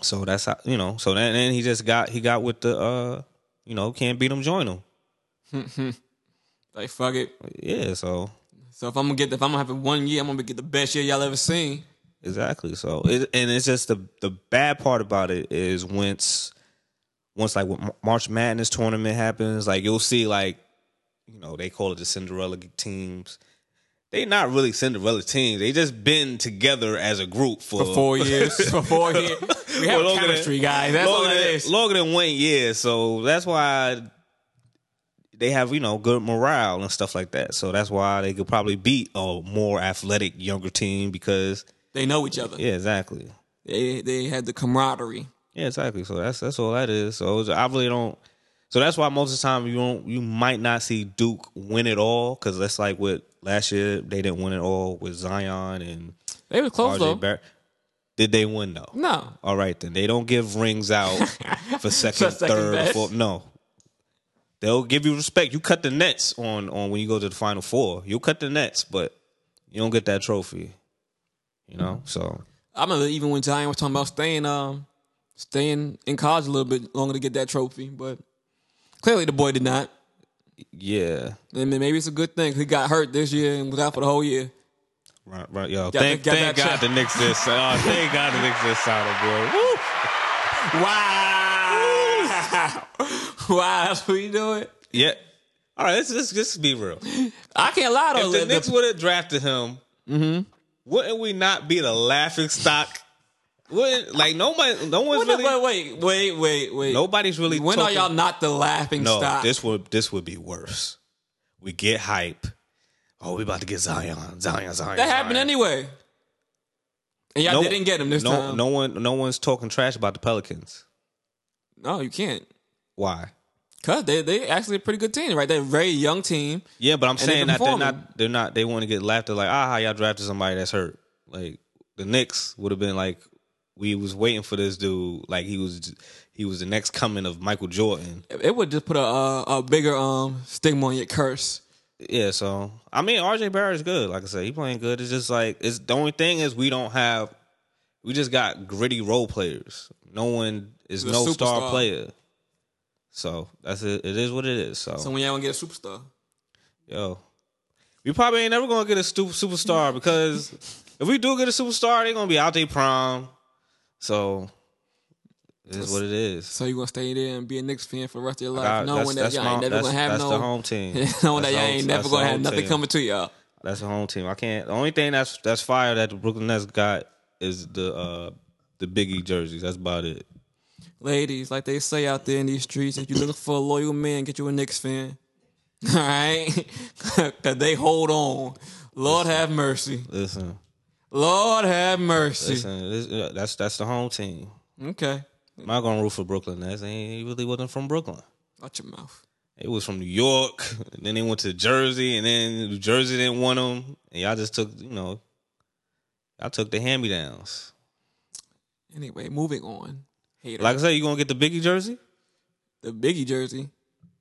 S2: So that's how you know. So then, then he just got he got with the uh you know can't beat him, join him.
S1: Like fuck it.
S2: Yeah. So
S1: So if I'm gonna get, if I'm gonna have it one year, I'm gonna get the best year y'all ever seen.
S2: exactly. So it, and it's just the the bad part about it is once once like when March Madness tournament happens, like you'll see like you know they call it the Cinderella teams. They not really Cinderella teams. They just been together as a group for,
S1: For four years. For four years. We have
S2: Oh. Well, longer than-
S1: chemistry, guys. That's all
S2: longer,
S1: it
S2: than,
S1: is.
S2: longer than one year. So that's why they have you know good morale and stuff like that. So that's why they could probably beat a more athletic younger team because
S1: They know each other.
S2: yeah, exactly,
S1: They they had the camaraderie.
S2: yeah, exactly. So that's that's all that is. So it's- I really don't. So that's why most of the time you don't you might not see Duke win it all because that's like what last year they didn't win it all with Zion and
S1: They was close though.
S2: RJ Barrett. Did they win though?
S1: No,
S2: All right, then they don't give rings out for second,
S1: For second
S2: third, or
S1: best.
S2: fourth. No, they'll give you respect. You cut the nets on on when you go to the final four. You cut the nets, but you don't get that trophy. You know, so
S1: I remember even when Zion was talking about staying um staying in college a little bit longer to get that trophy, but clearly the boy did not.
S2: yeah,
S1: And then maybe it's a good thing 'cause he got hurt this year and was out for the whole year.
S2: right, right, yo.
S1: Got
S2: thank
S1: that- got that
S2: thank God
S1: check.
S2: the Knicks this. Oh, thank God the Knicks this out boy.
S1: Wow,
S2: Woo!
S1: wow, that's what you doing.
S2: Yeah. All right, let's let's just be real.
S1: I can't lie though.
S2: If
S1: the-
S2: the
S1: Mm-hmm.
S2: Knicks would have drafted him, wouldn't we not be the laughing stock? Wouldn't like nobody? No one's
S1: Wait,
S2: really.
S1: wait, wait, wait, wait.
S2: Nobody's really.
S1: When
S2: talking.
S1: are y'all not the laughing
S2: No,
S1: stock?
S2: this would this would be worse. We get hype. Oh, we about to get Zion, Zion, Zion.
S1: that happened anyway. And y'all didn't get him this
S2: no,
S1: time.
S2: No one, no one's talking trash about the Pelicans.
S1: no, you can't.
S2: Why?
S1: Cause they they actually a pretty good team, right? They're a very young team.
S2: Yeah, but I'm
S1: they
S2: saying that they're
S1: performing.
S2: not. They're not. They want to get laughed at. Like, ah, how y'all drafted somebody that's hurt. Like the Knicks would have been like, we was waiting for this dude. Like he was, he was the next coming of Michael Jordan.
S1: It would just put a a, a bigger um stigma on your curse.
S2: Yeah, so I mean, RJ Barrett's good. Like I said, he playing good. It's just like it's the only thing is we don't have. We just got gritty role players. No one is
S1: The
S2: no
S1: superstar.
S2: star player. So that's it. It is what it is. So,
S1: So when y'all gonna get a superstar?
S2: yo, we probably ain't never gonna get a stu- superstar because if we do get a superstar, they gonna be out there prime. So it is what it is.
S1: So you gonna stay there and be a Knicks fan for the rest of your life,
S2: I-
S1: knowing that y'all ain't
S2: my-
S1: never
S2: that's-
S1: gonna have
S2: that's the
S1: no,
S2: home team.
S1: knowing that
S2: That's the
S1: y'all
S2: home-
S1: ain't
S2: that's
S1: never
S2: the
S1: gonna have
S2: home
S1: nothing
S2: team.
S1: coming to y'all.
S2: That's the home team. I can't. The only thing that's that's fire that the Brooklyn Nets got is the uh the Biggie jerseys. That's about it.
S1: Ladies, like they say out there in these streets, if you're looking for a loyal man, get you a Knicks fan. All right, cause they hold on. Lord have mercy.
S2: Listen,
S1: Lord have mercy.
S2: listen. This, uh, that's that's the home team.
S1: Okay,
S2: I'm not gonna root for Brooklyn Nets. They ain't- He really wasn't from Brooklyn.
S1: out your mouth.
S2: It was from New York. And then they went to Jersey, and then New Jersey didn't want them. And y'all just took you know, y'all took the hand me downs.
S1: Anyway, moving on. Hater.
S2: Like I said, you gonna get the Biggie jersey,
S1: the Biggie jersey,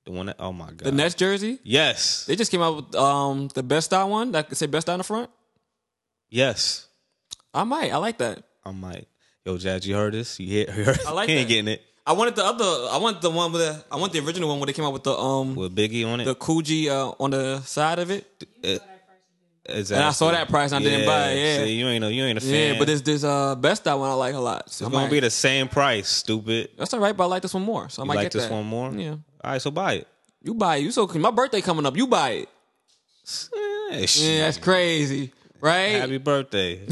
S2: the one that oh my god,
S1: the Nets jersey.
S2: Yes,
S1: They just came out with um the best style one that could say best style in the front.
S2: yes.
S1: I might. I like that.
S2: I might. Yo, Jazz, you heard this? You hear? You heard?
S1: I like
S2: he ain't
S1: that.
S2: getting it
S1: I wanted the other. I want the one with the. I want the original one where they came out with the um
S2: with Biggie on it.
S1: the Coogee uh, on the side of it.
S2: Exactly.
S1: And I saw that price and I didn't buy it, yeah.
S2: See, you ain't no, you ain't a
S1: Yeah,
S2: fan.
S1: but this this uh best style one I like a lot. So
S2: it's
S1: I
S2: gonna
S1: might-
S2: be the same price. Stupid.
S1: that's all right, but I like this one more. So I
S2: You
S1: might
S2: like
S1: get
S2: this
S1: that.
S2: one more?
S1: Yeah,
S2: All right, so buy it.
S1: you buy it. You so my birthday coming up. You buy it.
S2: Yeah,
S1: Yeah,
S2: shit.
S1: that's crazy, right?
S2: Happy birthday.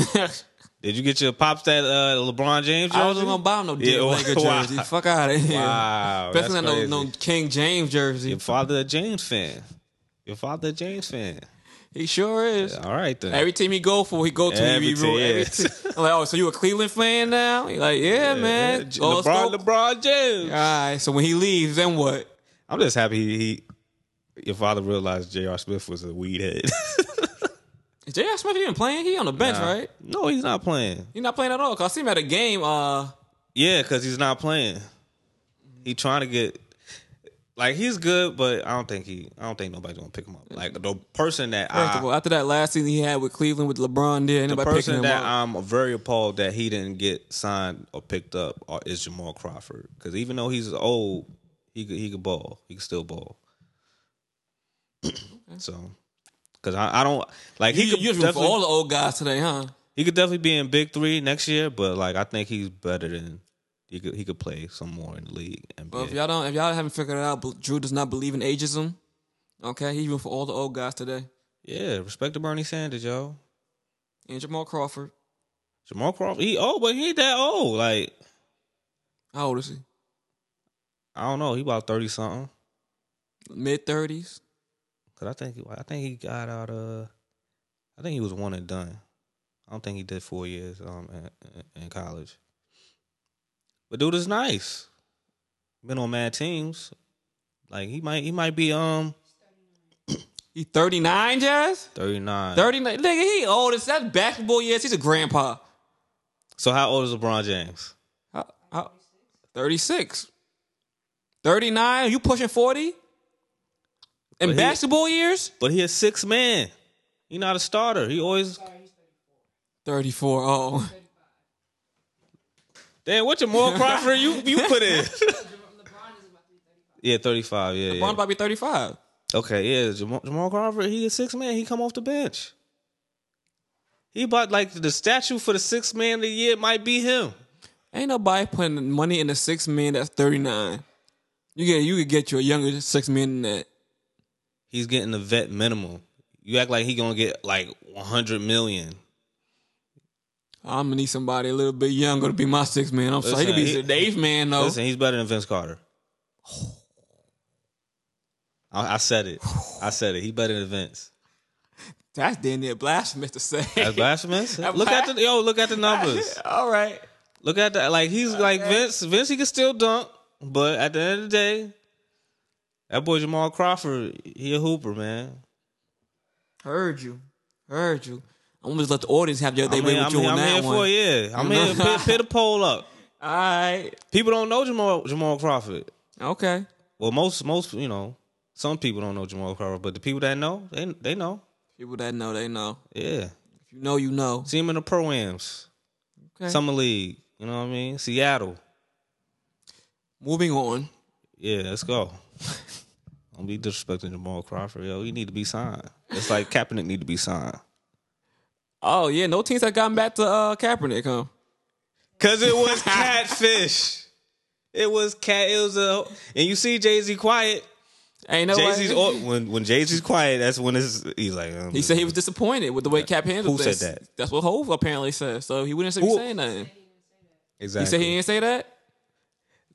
S2: Did you get your pops that uh, LeBron James? Jersey?
S1: I wasn't gonna buy him no
S2: Yeah,
S1: Dick Laker
S2: wow.
S1: jersey. Fuck out of here.
S2: Wow, that's
S1: Especially not no,
S2: crazy.
S1: no King James jersey.
S2: Your father a James fan. Your father a James fan.
S1: He sure is.
S2: All right then.
S1: Every team he go for, he go to.
S2: Every
S1: he be rule
S2: team,
S1: every
S2: yes.
S1: team. I'm like, oh, so you a Cleveland fan now? He like, yeah, man.
S2: Yeah, J-
S1: All
S2: LeBron,
S1: scope.
S2: LeBron James.
S1: All right. So when he leaves, then what?
S2: I'm just happy he, he your father realized J.R. Smith was a weed head.
S1: Is J.R. Smith even playing? He on the bench, right?
S2: no, he's not playing.
S1: He not playing at all. Cause I see him at a game. Uh,
S2: Yeah, because he's not playing. He trying to get like he's good, but I don't think he. I don't think nobody's gonna pick him up. Like the person that
S1: first
S2: I,
S1: of all, after that last season he had with Cleveland with LeBron, there,
S2: Uh, the
S1: anybody picking
S2: person
S1: him
S2: that
S1: up.
S2: I'm very appalled that he didn't get signed or picked up or is Jamal Crawford because even though he's old, he could, he could ball. He could still ball. so, because I, I don't like he
S1: you,
S2: could
S1: you just root for
S2: definitely-
S1: all the old guys today, huh?
S2: he could definitely be in big three next year, but like I think he's better than he could he could play some more in the league. NBA.
S1: But if y'all don't, if y'all haven't figured it out, Bel- Drew does not believe in ageism. Okay, he root for all the old guys today.
S2: yeah, respect to Bernie Sanders, yo.
S1: And Jamal Crawford,
S2: Jamal Crawford, he old, but he ain't that old. Like
S1: how old is he?
S2: I don't know, he about thirty something.
S1: Mid thirties.
S2: Cause I think I think he got out of, I think he was one and done. I don't think he did four years um in, in college. But dude is nice. Been on mad teams. Like he might he might be um
S1: He thirty nine, Jazz.
S2: thirty nine.
S1: Thirty nine, nigga. He old. It's that basketball years. He's a grandpa.
S2: So how old is LeBron James?
S1: Thirty six. Thirty nine. You pushing forty? In
S2: But he-
S1: basketball years,
S2: But he a six man. He not a starter. He always
S1: thirty four. Oh,
S2: damn. What Jamal Crawford you you put in? yeah, thirty five. Yeah,
S1: LeBron
S2: yeah.
S1: about to be thirty five.
S2: Okay, yeah. Jamal, Jamal Crawford. He a six man. He come off the bench. He bought like the statue for the six man of the year might be him.
S1: Ain't nobody putting money in a six man that's thirty nine. You get you could get you a younger six man than that.
S2: He's getting the vet minimum. You act like he gonna get like one hundred million.
S1: I'm gonna need somebody a little bit younger to be my six man. I'm sorry, he could be
S2: Listen, he-
S1: the eighth man though.
S2: Listen, he's better than Vince Carter. I, I said it. I said it. He better than Vince.
S1: That's damn near blasphemous to say.
S2: That's blasphemous. look at the yo, look at the numbers.
S1: All right.
S2: Look at that. Like he's like Vince. Vince, he can still dunk, but at the end of the day, that boy Jamal Crawford, he a hooper, man.
S1: Heard you. Heard you. I'm gonna just let the audience have their
S2: I
S1: they
S2: mean,
S1: way
S2: I'm,
S1: with you
S2: I'm
S1: on
S2: here
S1: that
S2: for
S1: one.
S2: yeah. I'm here. Pit, pit a poll up.
S1: All right.
S2: People don't know Jamal Jamal Crawford.
S1: Okay.
S2: Well, most most you know, some people don't know Jamal Crawford, but the people that know, they they know.
S1: People that know, they know.
S2: Yeah,
S1: If you know, you know.
S2: see him in the proams,
S1: Okay.
S2: summer league. You know what I mean? Seattle.
S1: Moving on.
S2: Yeah, let's go. Don't be disrespecting Jamal Crawford, yo. He need to be signed. It's like Kaepernick need to be signed.
S1: Oh yeah, no teams have gotten back to uh, Kaepernick, huh?
S2: Cause it was catfish. It was cat. It was a. And you see Jay Z quiet.
S1: Ain't no
S2: Jay
S1: way.
S2: Z's when when Jay Z's quiet. That's when it's he's like. um,
S1: He said he was disappointed with the way Cap handled
S2: Who
S1: this.
S2: said that?
S1: That's what Hove apparently said. So he wouldn't be
S2: Who-
S1: saying nothing. He
S2: exactly.
S1: said he didn't say that.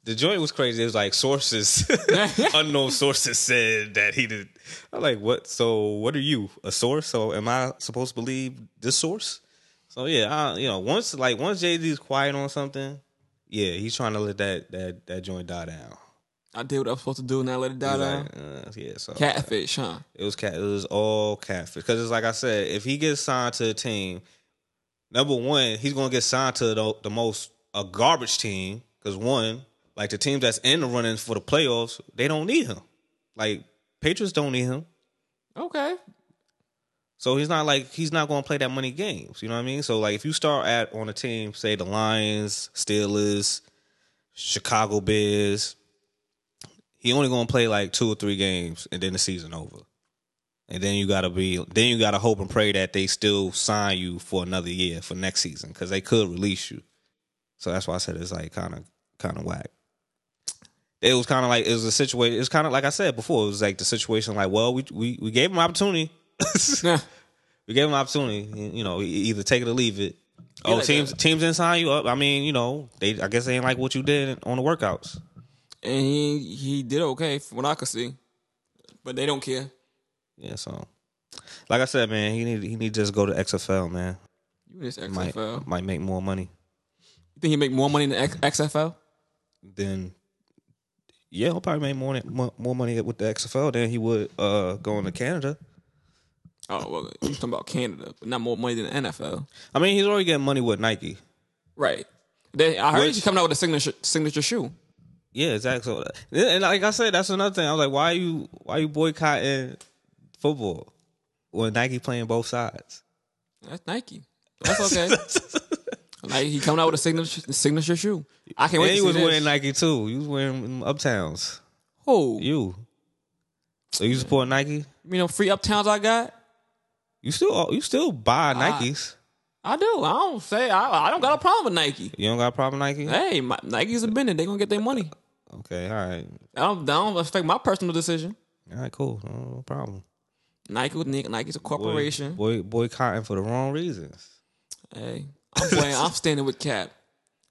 S2: the joint was crazy. It was like sources, unknown sources said that he did. I'm like, what? So what are you a source? So am I supposed to believe this source? So yeah, I, you know, once like once Jay Z's quiet on something, yeah, he's trying to let that that that joint die down.
S1: I did what I was supposed to do, and I let it die
S2: He's
S1: down.
S2: like, uh, yeah, so
S1: Catfish, huh?
S2: It was cat. It was all catfish. Because it's like I said, if he gets signed to a team, number one, he's gonna get signed to the, the most a garbage team. Because one, like the teams that's in the running for the playoffs, they don't need him. Like Patriots don't need him.
S1: Okay.
S2: So he's not like he's not gonna play that many games. You know what I mean? So like if you start at on a team, say the Lions, Steelers, Chicago Bears, he only gonna play like two or three games and then the season over. And then you gotta be then you gotta hope and pray that they still sign you for another year for next season, because they could release you. So that's why I said it's like kinda kinda whack. It was kind of like it was a situation. It was kind of like I said before. It was like the situation. Like, well, we we, we gave him opportunity.
S1: Nah.
S2: We gave him an opportunity, you know, either e-, take it or leave it. Oh,
S1: like
S2: teams
S1: that.
S2: teams didn't sign you up. I mean, you know, they I guess they ain't like what you did on the workouts.
S1: and he he did okay from what I could see, but they don't care.
S2: Yeah, so like I said, man, he need he need to just go to XFL, man.
S1: You just
S2: Might
S1: XFL.
S2: might make more money
S1: You think he make more money than X- XFL?
S2: than yeah, he'll probably make more mo- more money with the XFL than he would uh going to Canada.
S1: Oh well, you talking about Canada, but not more money than the NFL,
S2: I mean, he's already getting money with Nike.
S1: right? They, I heard
S2: Which-
S1: he's coming out with a signature signature shoe.
S2: Yeah, exactly. So, and like I said, that's another thing. I was like, why you why you boycotting football when Nike playing both sides?
S1: That's Nike. That's okay. like he coming out with a signature signature shoe. I can't
S2: And
S1: wait.
S2: you
S1: to
S2: was
S1: see this.
S2: wearing Nike too. You was wearing them Uptowns.
S1: Who? You
S2: You. So you support Nike?
S1: know, free uptowns I got.
S2: You still you still buy Nikes.
S1: I do. I don't say I. I don't got a problem with Nike.
S2: You don't got a problem with Nike?
S1: Hey, my, Nike's a bending. They gonna get their money.
S2: Okay, all right.
S1: I don't, that don't affect my personal decision.
S2: All right, cool. No, no problem.
S1: Nike with Nick. Nike's a
S2: Boy-
S1: corporation.
S2: Boy, boycotting for the wrong reasons.
S1: Hey, I'm playing. I'm standing with Cap.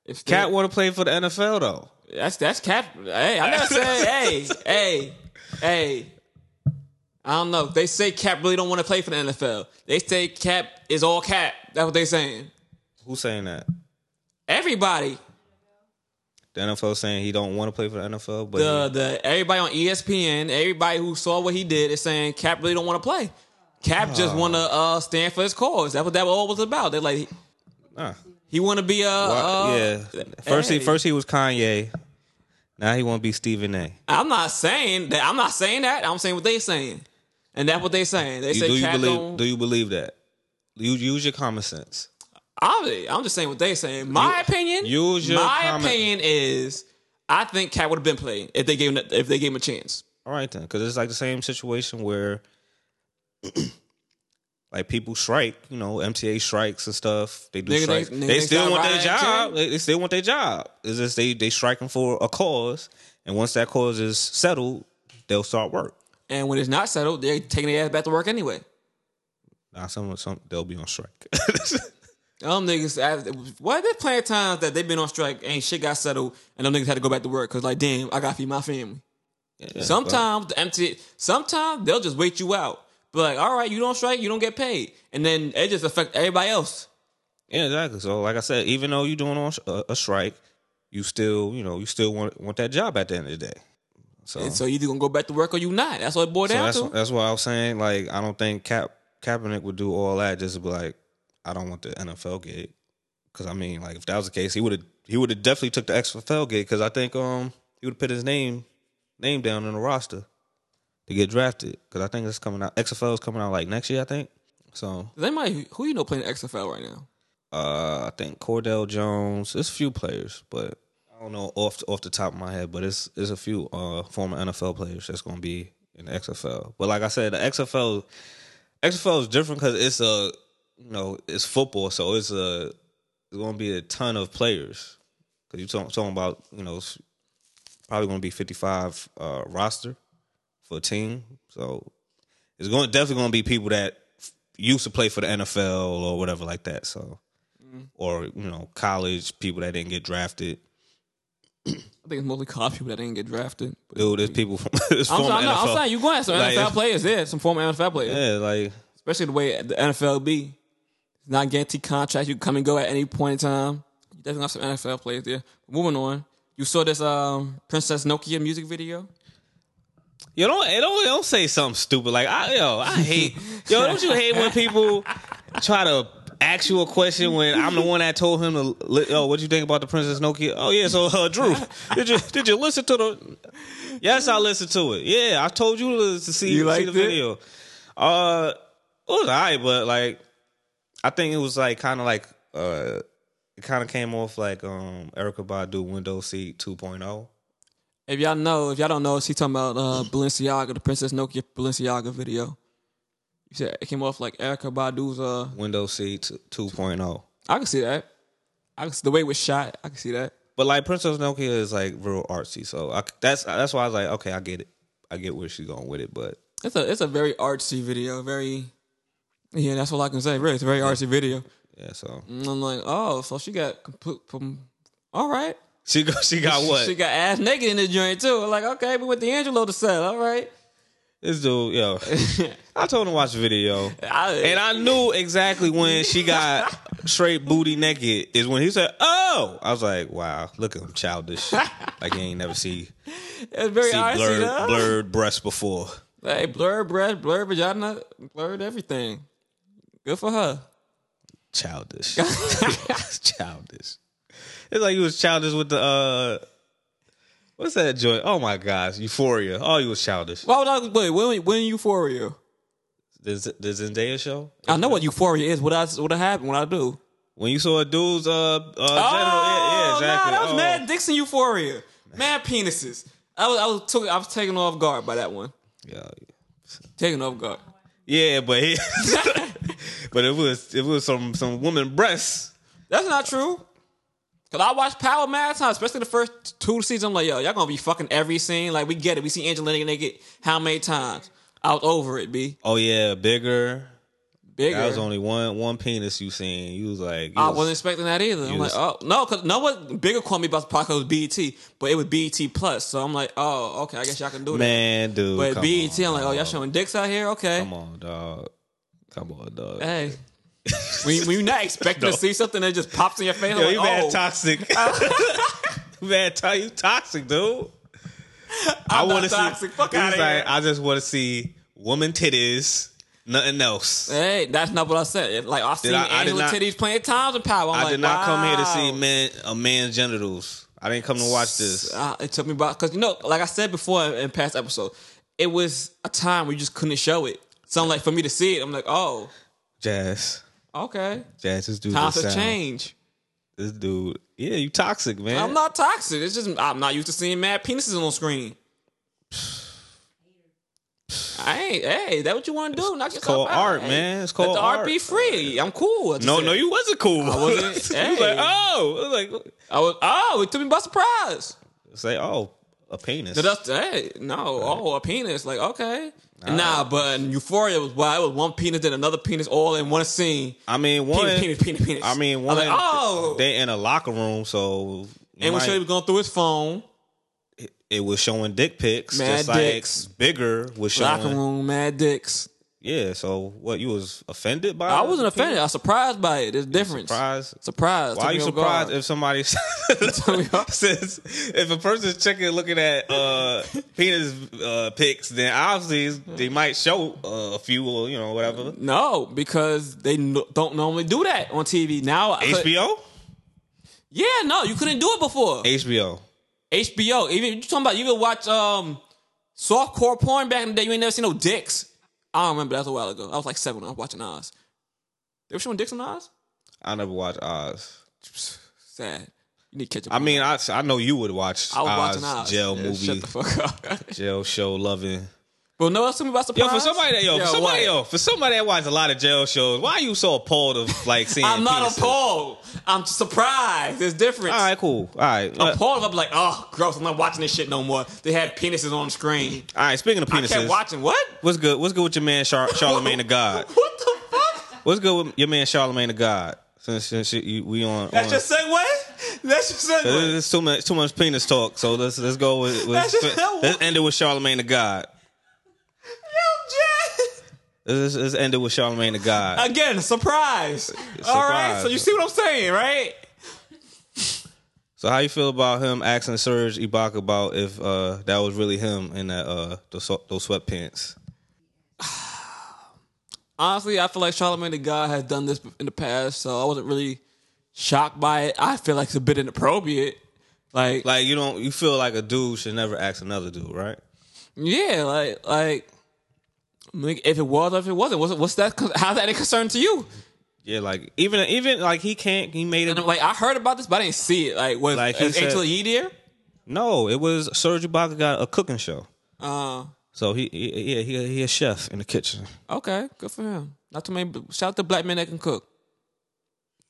S1: If they-
S2: Cat want to play for the NFL though.
S1: That's that's cap. Hey, I never said. hey, hey, hey. I don't know. They say Cap really don't want to play for the NFL. They say Cap is all Cap. That's what they saying.
S2: Who's saying that?
S1: Everybody,
S2: The NFL saying he don't want to play for the NFL, but
S1: the the everybody on E ESPN, everybody who saw what he did is saying Cap really don't want to play. Cap
S2: Oh.
S1: just want to uh, stand for his cause. That's what that all was about. They're like
S2: nah.
S1: he want to be a
S2: Why-
S1: uh,
S2: yeah. First
S1: hey.
S2: he first he was Kanye. Now he want to be Stephen A.
S1: I'm not saying that. I'm not saying that. I'm saying what they saying, and that's what they saying. They
S2: You-
S1: say
S2: do you
S1: Cap
S2: believe?
S1: don't.
S2: Do you believe that? You use your common sense.
S1: I'm, I'm just saying what they saying. My opinion.
S2: use your
S1: my
S2: comment.
S1: opinion is I think Cat would have been played if they gave him if they gave him a chance.
S2: All right then, because it's like the same situation where, like people strike. You know, MTA strikes and stuff. They do
S1: Nigga, they-
S2: strike.
S1: nigga,
S2: They,
S1: they
S2: still
S1: got
S2: want their
S1: Ryan
S2: job.
S1: too.
S2: They, they still want their job. It's just they they striking for a cause, and once that cause is settled, they'll start work.
S1: And when it's not settled, they're taking their ass back to work anyway.
S2: Now some some they'll be on strike.
S1: Them niggas, I- why there's plenty of times that they've been on strike and shit got settled, and them niggas had to go back to work because like, damn, I got to feed my family.
S2: Yeah,
S1: Sometimes the empty. Sometimes they'll just wait you out. Be like, all right, you don't strike, you don't get paid, and then it just affect everybody else.
S2: but- yeah, exactly. So like I said, even though you're doing on sh- a, a strike, you still you know you still want want that job at the end of the day. So
S1: And so you either gonna go back to work or you not. That's what it boiled
S2: So
S1: down
S2: that's
S1: to.
S2: that's why I was saying like I don't think Cap Kaepernick would do all that just to be like I don't want the NFL gig because I mean like if that was the case he would have he would have definitely took the XFL gig because I think um he would have put his name name down in the roster to get drafted because I think it's coming out XFL is coming out like next year I think so
S1: They might. Who you know playing XFL right now?
S2: uh I think Cordell Jones there's a few players but I don't know off off the top of my head but it's it's a few uh former NFL players that's gonna be in the XFL but like I said the XFL XFL is different because it's a you know it's football, so it's a it's going to be a ton of players because you're talking, talking about you know it's probably going to be 55 uh, roster for a team, so it's going definitely going to be people that used to play for the NFL or whatever like that, so or you know college people that didn't get drafted.
S1: I think it's mostly college people that didn't get drafted.
S2: Dude, there's people from there's
S1: I'm,
S2: former
S1: sorry, I'm,
S2: NFL.
S1: I'm saying you going to have some
S2: Like,
S1: NFL
S2: it's-
S1: players there, some former NFL players,
S2: yeah, like
S1: especially the way the NFL be. It's not guaranteed contract. You come and go at any point in time. You definitely have some NFL players there. Moving on, you saw this um, Princess Nokia music video.
S2: Yo, don't eh, don't don't say something stupid like I yo I hate yo don't you hate when people try to ask you a question when I'm the one that told him to li- yo what you think about the Princess Nokia oh yeah so uh, Drew did you did you listen to the yes I listened to it yeah I told you to, to see,
S1: You
S2: see
S1: liked
S2: the
S1: it?
S2: video uh it was alright but like I think it was like kind of like uh it kind of came off like um Erica Badu Windows Seat oh. 2.0
S1: If y'all know, if y'all don't know, she's talking about uh, Balenciaga, the Princess Nokia Balenciaga video. You said it came off like Erica Badu's. Uh,
S2: Windows Seat oh. 2.0
S1: I can see that. I can see the way it was shot. I can see that.
S2: But like Princess Nokia is like real artsy, so I, that's that's why I was like, okay, I get it, I get where she's going with it. But
S1: It's a it's a very artsy video. Very yeah, that's all I can say. Really, it's a very artsy video.
S2: Yeah, so
S1: And I'm like, oh, so she got complete from. All right,
S2: she go, she got what?
S1: she got ass naked in the joint too. Like, okay, we went to Angelo to sell. All right,
S2: this dude, yo, I told him to watch the video,
S1: I,
S2: and I knew exactly when she got straight booty naked is when he said, "Oh," I was like, "Wow, look at him, childish, like he ain't never see
S1: it's very
S2: see
S1: icy
S2: blurred
S1: though.
S2: blurred breasts before."
S1: Like, blurred breast, blurred vagina, blurred everything. Good for her.
S2: Childish, childish. It's like he was childish with the uh, what's that joint? Oh my gosh, Euphoria. Oh, he was childish.
S1: Why would I wait? When when Euphoria?
S2: The, Z- the Zendaya show.
S1: I know what Euphoria is. What I what I happen? What I do?
S2: When you saw a dude's uh, uh general, yeah, yeah, exactly.
S1: Nah, that was
S2: Oh.
S1: Mad Dixon Euphoria. Mad penises. I was I was took I was taken off guard by that one.
S2: Yeah,
S1: Taken off guard.
S2: yeah, but he, but it was it was some some woman breasts.
S1: That's not true. Cause I watched Power Mad Time, especially the first two seasons. I'm like, yo, y'all gonna be fucking every scene. Like we get it. We see Angelina naked how many times? I was over it, B.
S2: Oh yeah, bigger.
S1: Bigger.
S2: That was only one one penis you seen. You was like,
S1: I
S2: you was-
S1: wasn't expecting that either. I'm like,
S2: was-
S1: oh no, because no one bigger called me about the podcast was BET, but it was BET plus. So I'm like, oh, okay, I guess y'all can do that.
S2: man, dude.
S1: But
S2: come
S1: BET,
S2: on,
S1: I'm like, oh, y'all
S2: dog.
S1: showing dicks out here? Okay,
S2: Come on, dog. Come on, dog.
S1: hey, when, you- when you're not expecting
S2: No.
S1: to see something that just pops in your face, I'm
S2: Yo,
S1: like,
S2: you mad
S1: oh,
S2: toxic. You mad, to- you toxic, dude.
S1: I'm not
S2: wanna
S1: toxic.
S2: See,
S1: Fuck
S2: he was
S1: outta
S2: like,
S1: here.
S2: I just want to see woman titties, nothing else.
S1: hey, that's not what I said. It- Like I seen
S2: I- I did
S1: Angela
S2: not-
S1: titties playing times in power. I'm
S2: I
S1: like,
S2: did not come here to see
S1: wow.
S2: man a man's genitals. I didn't come to watch this.
S1: Uh, it took me about because you know, like I said before in, in past episodes, it was a time where you just couldn't show it. So I'm like, for me to see it, I'm like, oh,
S2: Jazz,
S1: okay.
S2: Jazz, this dude.
S1: Times
S2: just
S1: have
S2: sound-
S1: changed.
S2: This dude, yeah, you toxic, man.
S1: I'm not toxic. It's just I'm not used to seeing mad penises on screen. I ain't. Hey, that what you want to do? Knock yourself
S2: called
S1: out.
S2: art,
S1: Hey,
S2: man. It's
S1: let
S2: called
S1: the art.
S2: art.
S1: be free. I'm cool. I just
S2: No,
S1: said-
S2: no, you wasn't cool. I
S1: wasn't-
S2: you was
S1: hey.
S2: like, oh, I was like,
S1: I was. Oh, it took me by surprise.
S2: say, oh, a penis.
S1: So that's hey, no. Oh, a penis. Like okay. Nah, but in Euphoria was wild. It was one penis, then another penis, all in one scene.
S2: I mean, one.
S1: Penis, penis, penis, penis.
S2: I mean,
S1: I'm
S2: one.
S1: like, oh.
S2: they in a locker room, so you
S1: and when
S2: might-
S1: Shorty was going through his phone,
S2: it was showing dick pics,
S1: Mad
S2: just
S1: dicks.
S2: like bigger was
S1: locker
S2: showing.
S1: room, mad dicks.
S2: Yeah, so what you was offended by?
S1: I wasn't offended. I was surprised by it. There's a difference.
S2: Surprised.
S1: Surprised.
S2: Why
S1: Took
S2: are you
S1: me off
S2: surprised
S1: guard.
S2: if somebody says
S1: me off.
S2: if a person's checking looking at uh, penis uh, pics, then obviously they might show uh, a few or you know whatever.
S1: No, because they no, don't normally do that on TV now. I could-
S2: HBO,
S1: yeah, no, you couldn't do it before.
S2: HBO.
S1: HBO, even you talking about you could watch um softcore porn back in the day. You ain't never seen no dicks. I don't remember. That's a while ago. I was like seven. when I was watching Oz. They were showing dicks on Oz.
S2: I never watched Oz.
S1: Sad. You need to catch up.
S2: I mean, I, I know you would watch
S1: I was
S2: Oz,
S1: watching Oz.
S2: jail
S1: Yeah, Shut
S2: movie,
S1: the fuck up.
S2: jail show loving.
S1: but no, that's something about surprise.
S2: Yo, for somebody that yo, for
S1: Yeah,
S2: somebody
S1: what?
S2: yo, for somebody that watched a lot of jail shows, why you so appalled of like seeing?
S1: I'm not
S2: penises?
S1: appalled. I'm surprised. There's difference.
S2: All right, cool. All right, Uh, all
S1: Appalled. I'm like, oh, gross. I'm not watching this shit no more. They had penises on screen.
S2: right. Speaking of
S1: I kept
S2: penises,
S1: watching. What?
S2: what's good? What's good with your man Char- Charlemagne the God?
S1: What the fuck?
S2: What's good with your man Charlemagne the God? Since, since you- you, we on,
S1: That's
S2: on-
S1: your segue? That's your segue.
S2: there's too much too much penis talk. So let's let's go with, with
S1: That's just-
S2: let's end it with Charlemagne the God.
S1: Yo, Jay.
S2: Let's, let's end it with Charlemagne the God.
S1: Again, surprise. All right. So you see what I'm saying, right?
S2: So how you feel about him asking Serge Ibaka about if uh, that was really him in that uh, those, those sweatpants?
S1: Honestly, I feel like Charlamagne the God has done this in the past, so I wasn't really shocked by it. I feel like it's a bit inappropriate. Like,
S2: Like you don't you feel like a dude should never ask another dude, right?
S1: yeah, like, like, I mean, if it was or if it wasn't, what's, what's that? How's that a concern to you?
S2: Yeah, like even even like he can't he made it
S1: And I'm like, I heard about this, but I didn't see it. Like, was
S2: Like
S1: like
S2: he
S1: is
S2: said-
S1: Angela Yee E there?
S2: No, it was Serge Ibaka got a cooking show.
S1: Uh,
S2: So he, he yeah, he he a chef in the kitchen.
S1: okay, good for him. Not too many. Shout out to black men that can cook.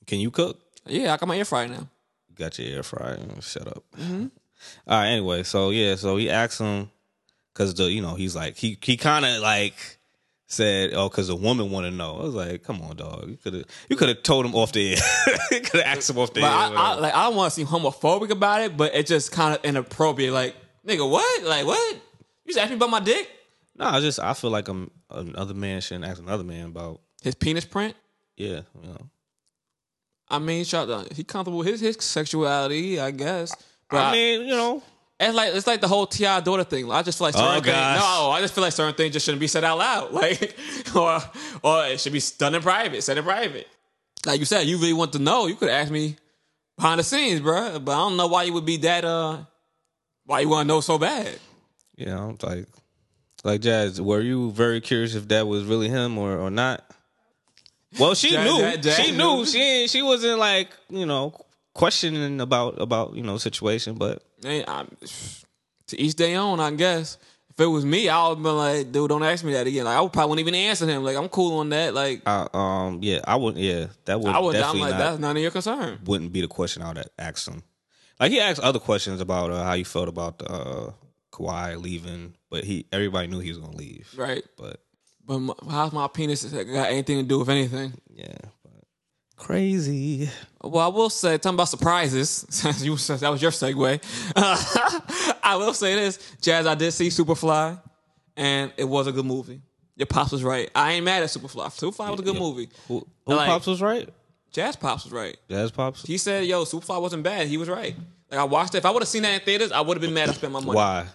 S2: Can you cook?
S1: Yeah, I got my air fryer now.
S2: Got your air fryer. Shut up.
S1: Mm-hmm.
S2: All right, anyway, so yeah, so he asked him cuz the you know, he's like he he kind of like said, "Oh, because a woman want to know." I was like, "Come on, dog! You could have you could have told him off the air. you could have asked him off the
S1: But
S2: air.
S1: I, I
S2: whatever.
S1: like I don't want to seem homophobic about it, but it's just kind of inappropriate. Like, nigga, what? Like, what? You just asked me about my dick,
S2: no, I just I feel like i another man shouldn't ask another man about
S1: his penis print.
S2: yeah. You know,
S1: I mean, shout out. He comfortable with his his sexuality, I guess. But
S2: I mean, you know,
S1: it's like it's like the whole Ti daughter thing. I just feel like certain
S2: Oh,
S1: things,
S2: gosh.
S1: no, I just feel like certain things just shouldn't be said out loud, like or or it should be done in private, said in private. Like you said, you really want to know. You could ask me behind the scenes, bro. But I don't know why you would be that. uh Why you want to know so bad?
S2: you know, like like Jazz. Were you very curious if that was really him or or not? Well, she
S1: Jazz-
S2: knew.
S1: Jazz- Jazz
S2: she knew.
S1: knew.
S2: She ain't, she wasn't like you know questioning about about you know situation, but
S1: Hey, I'm, to each their own, I guess. If it was me, I would be like, dude, don't ask me that again. Like, I would probably wouldn't even answer him. Like, I'm cool on that. Like,
S2: I, um, yeah, I would. Yeah, that would.
S1: I would. I'm
S2: definitely
S1: like,
S2: not,
S1: that's none of your concern.
S2: wouldn't be the question I would ask him. Like he asked other questions about uh, how you felt about uh, Kawhi leaving, but he everybody knew he was gonna leave.
S1: Right.
S2: But
S1: But my, how's my penis got anything to do with anything?
S2: yeah, but crazy.
S1: Well, I will say, talking about surprises, since you since that was your segue. I will say this, Jazz. I did see Superfly, and it was a good movie. Your pops was right. I ain't mad at Superfly. Superfly was a good movie.
S2: Who, who
S1: Like-
S2: pops was right?
S1: Jazz pops was right.
S2: Jazz pops.
S1: He said, "Yo, Superfly wasn't bad. He was right." Like I watched it. If I would have seen that in theaters, I would have been mad. I spent my money.
S2: Why?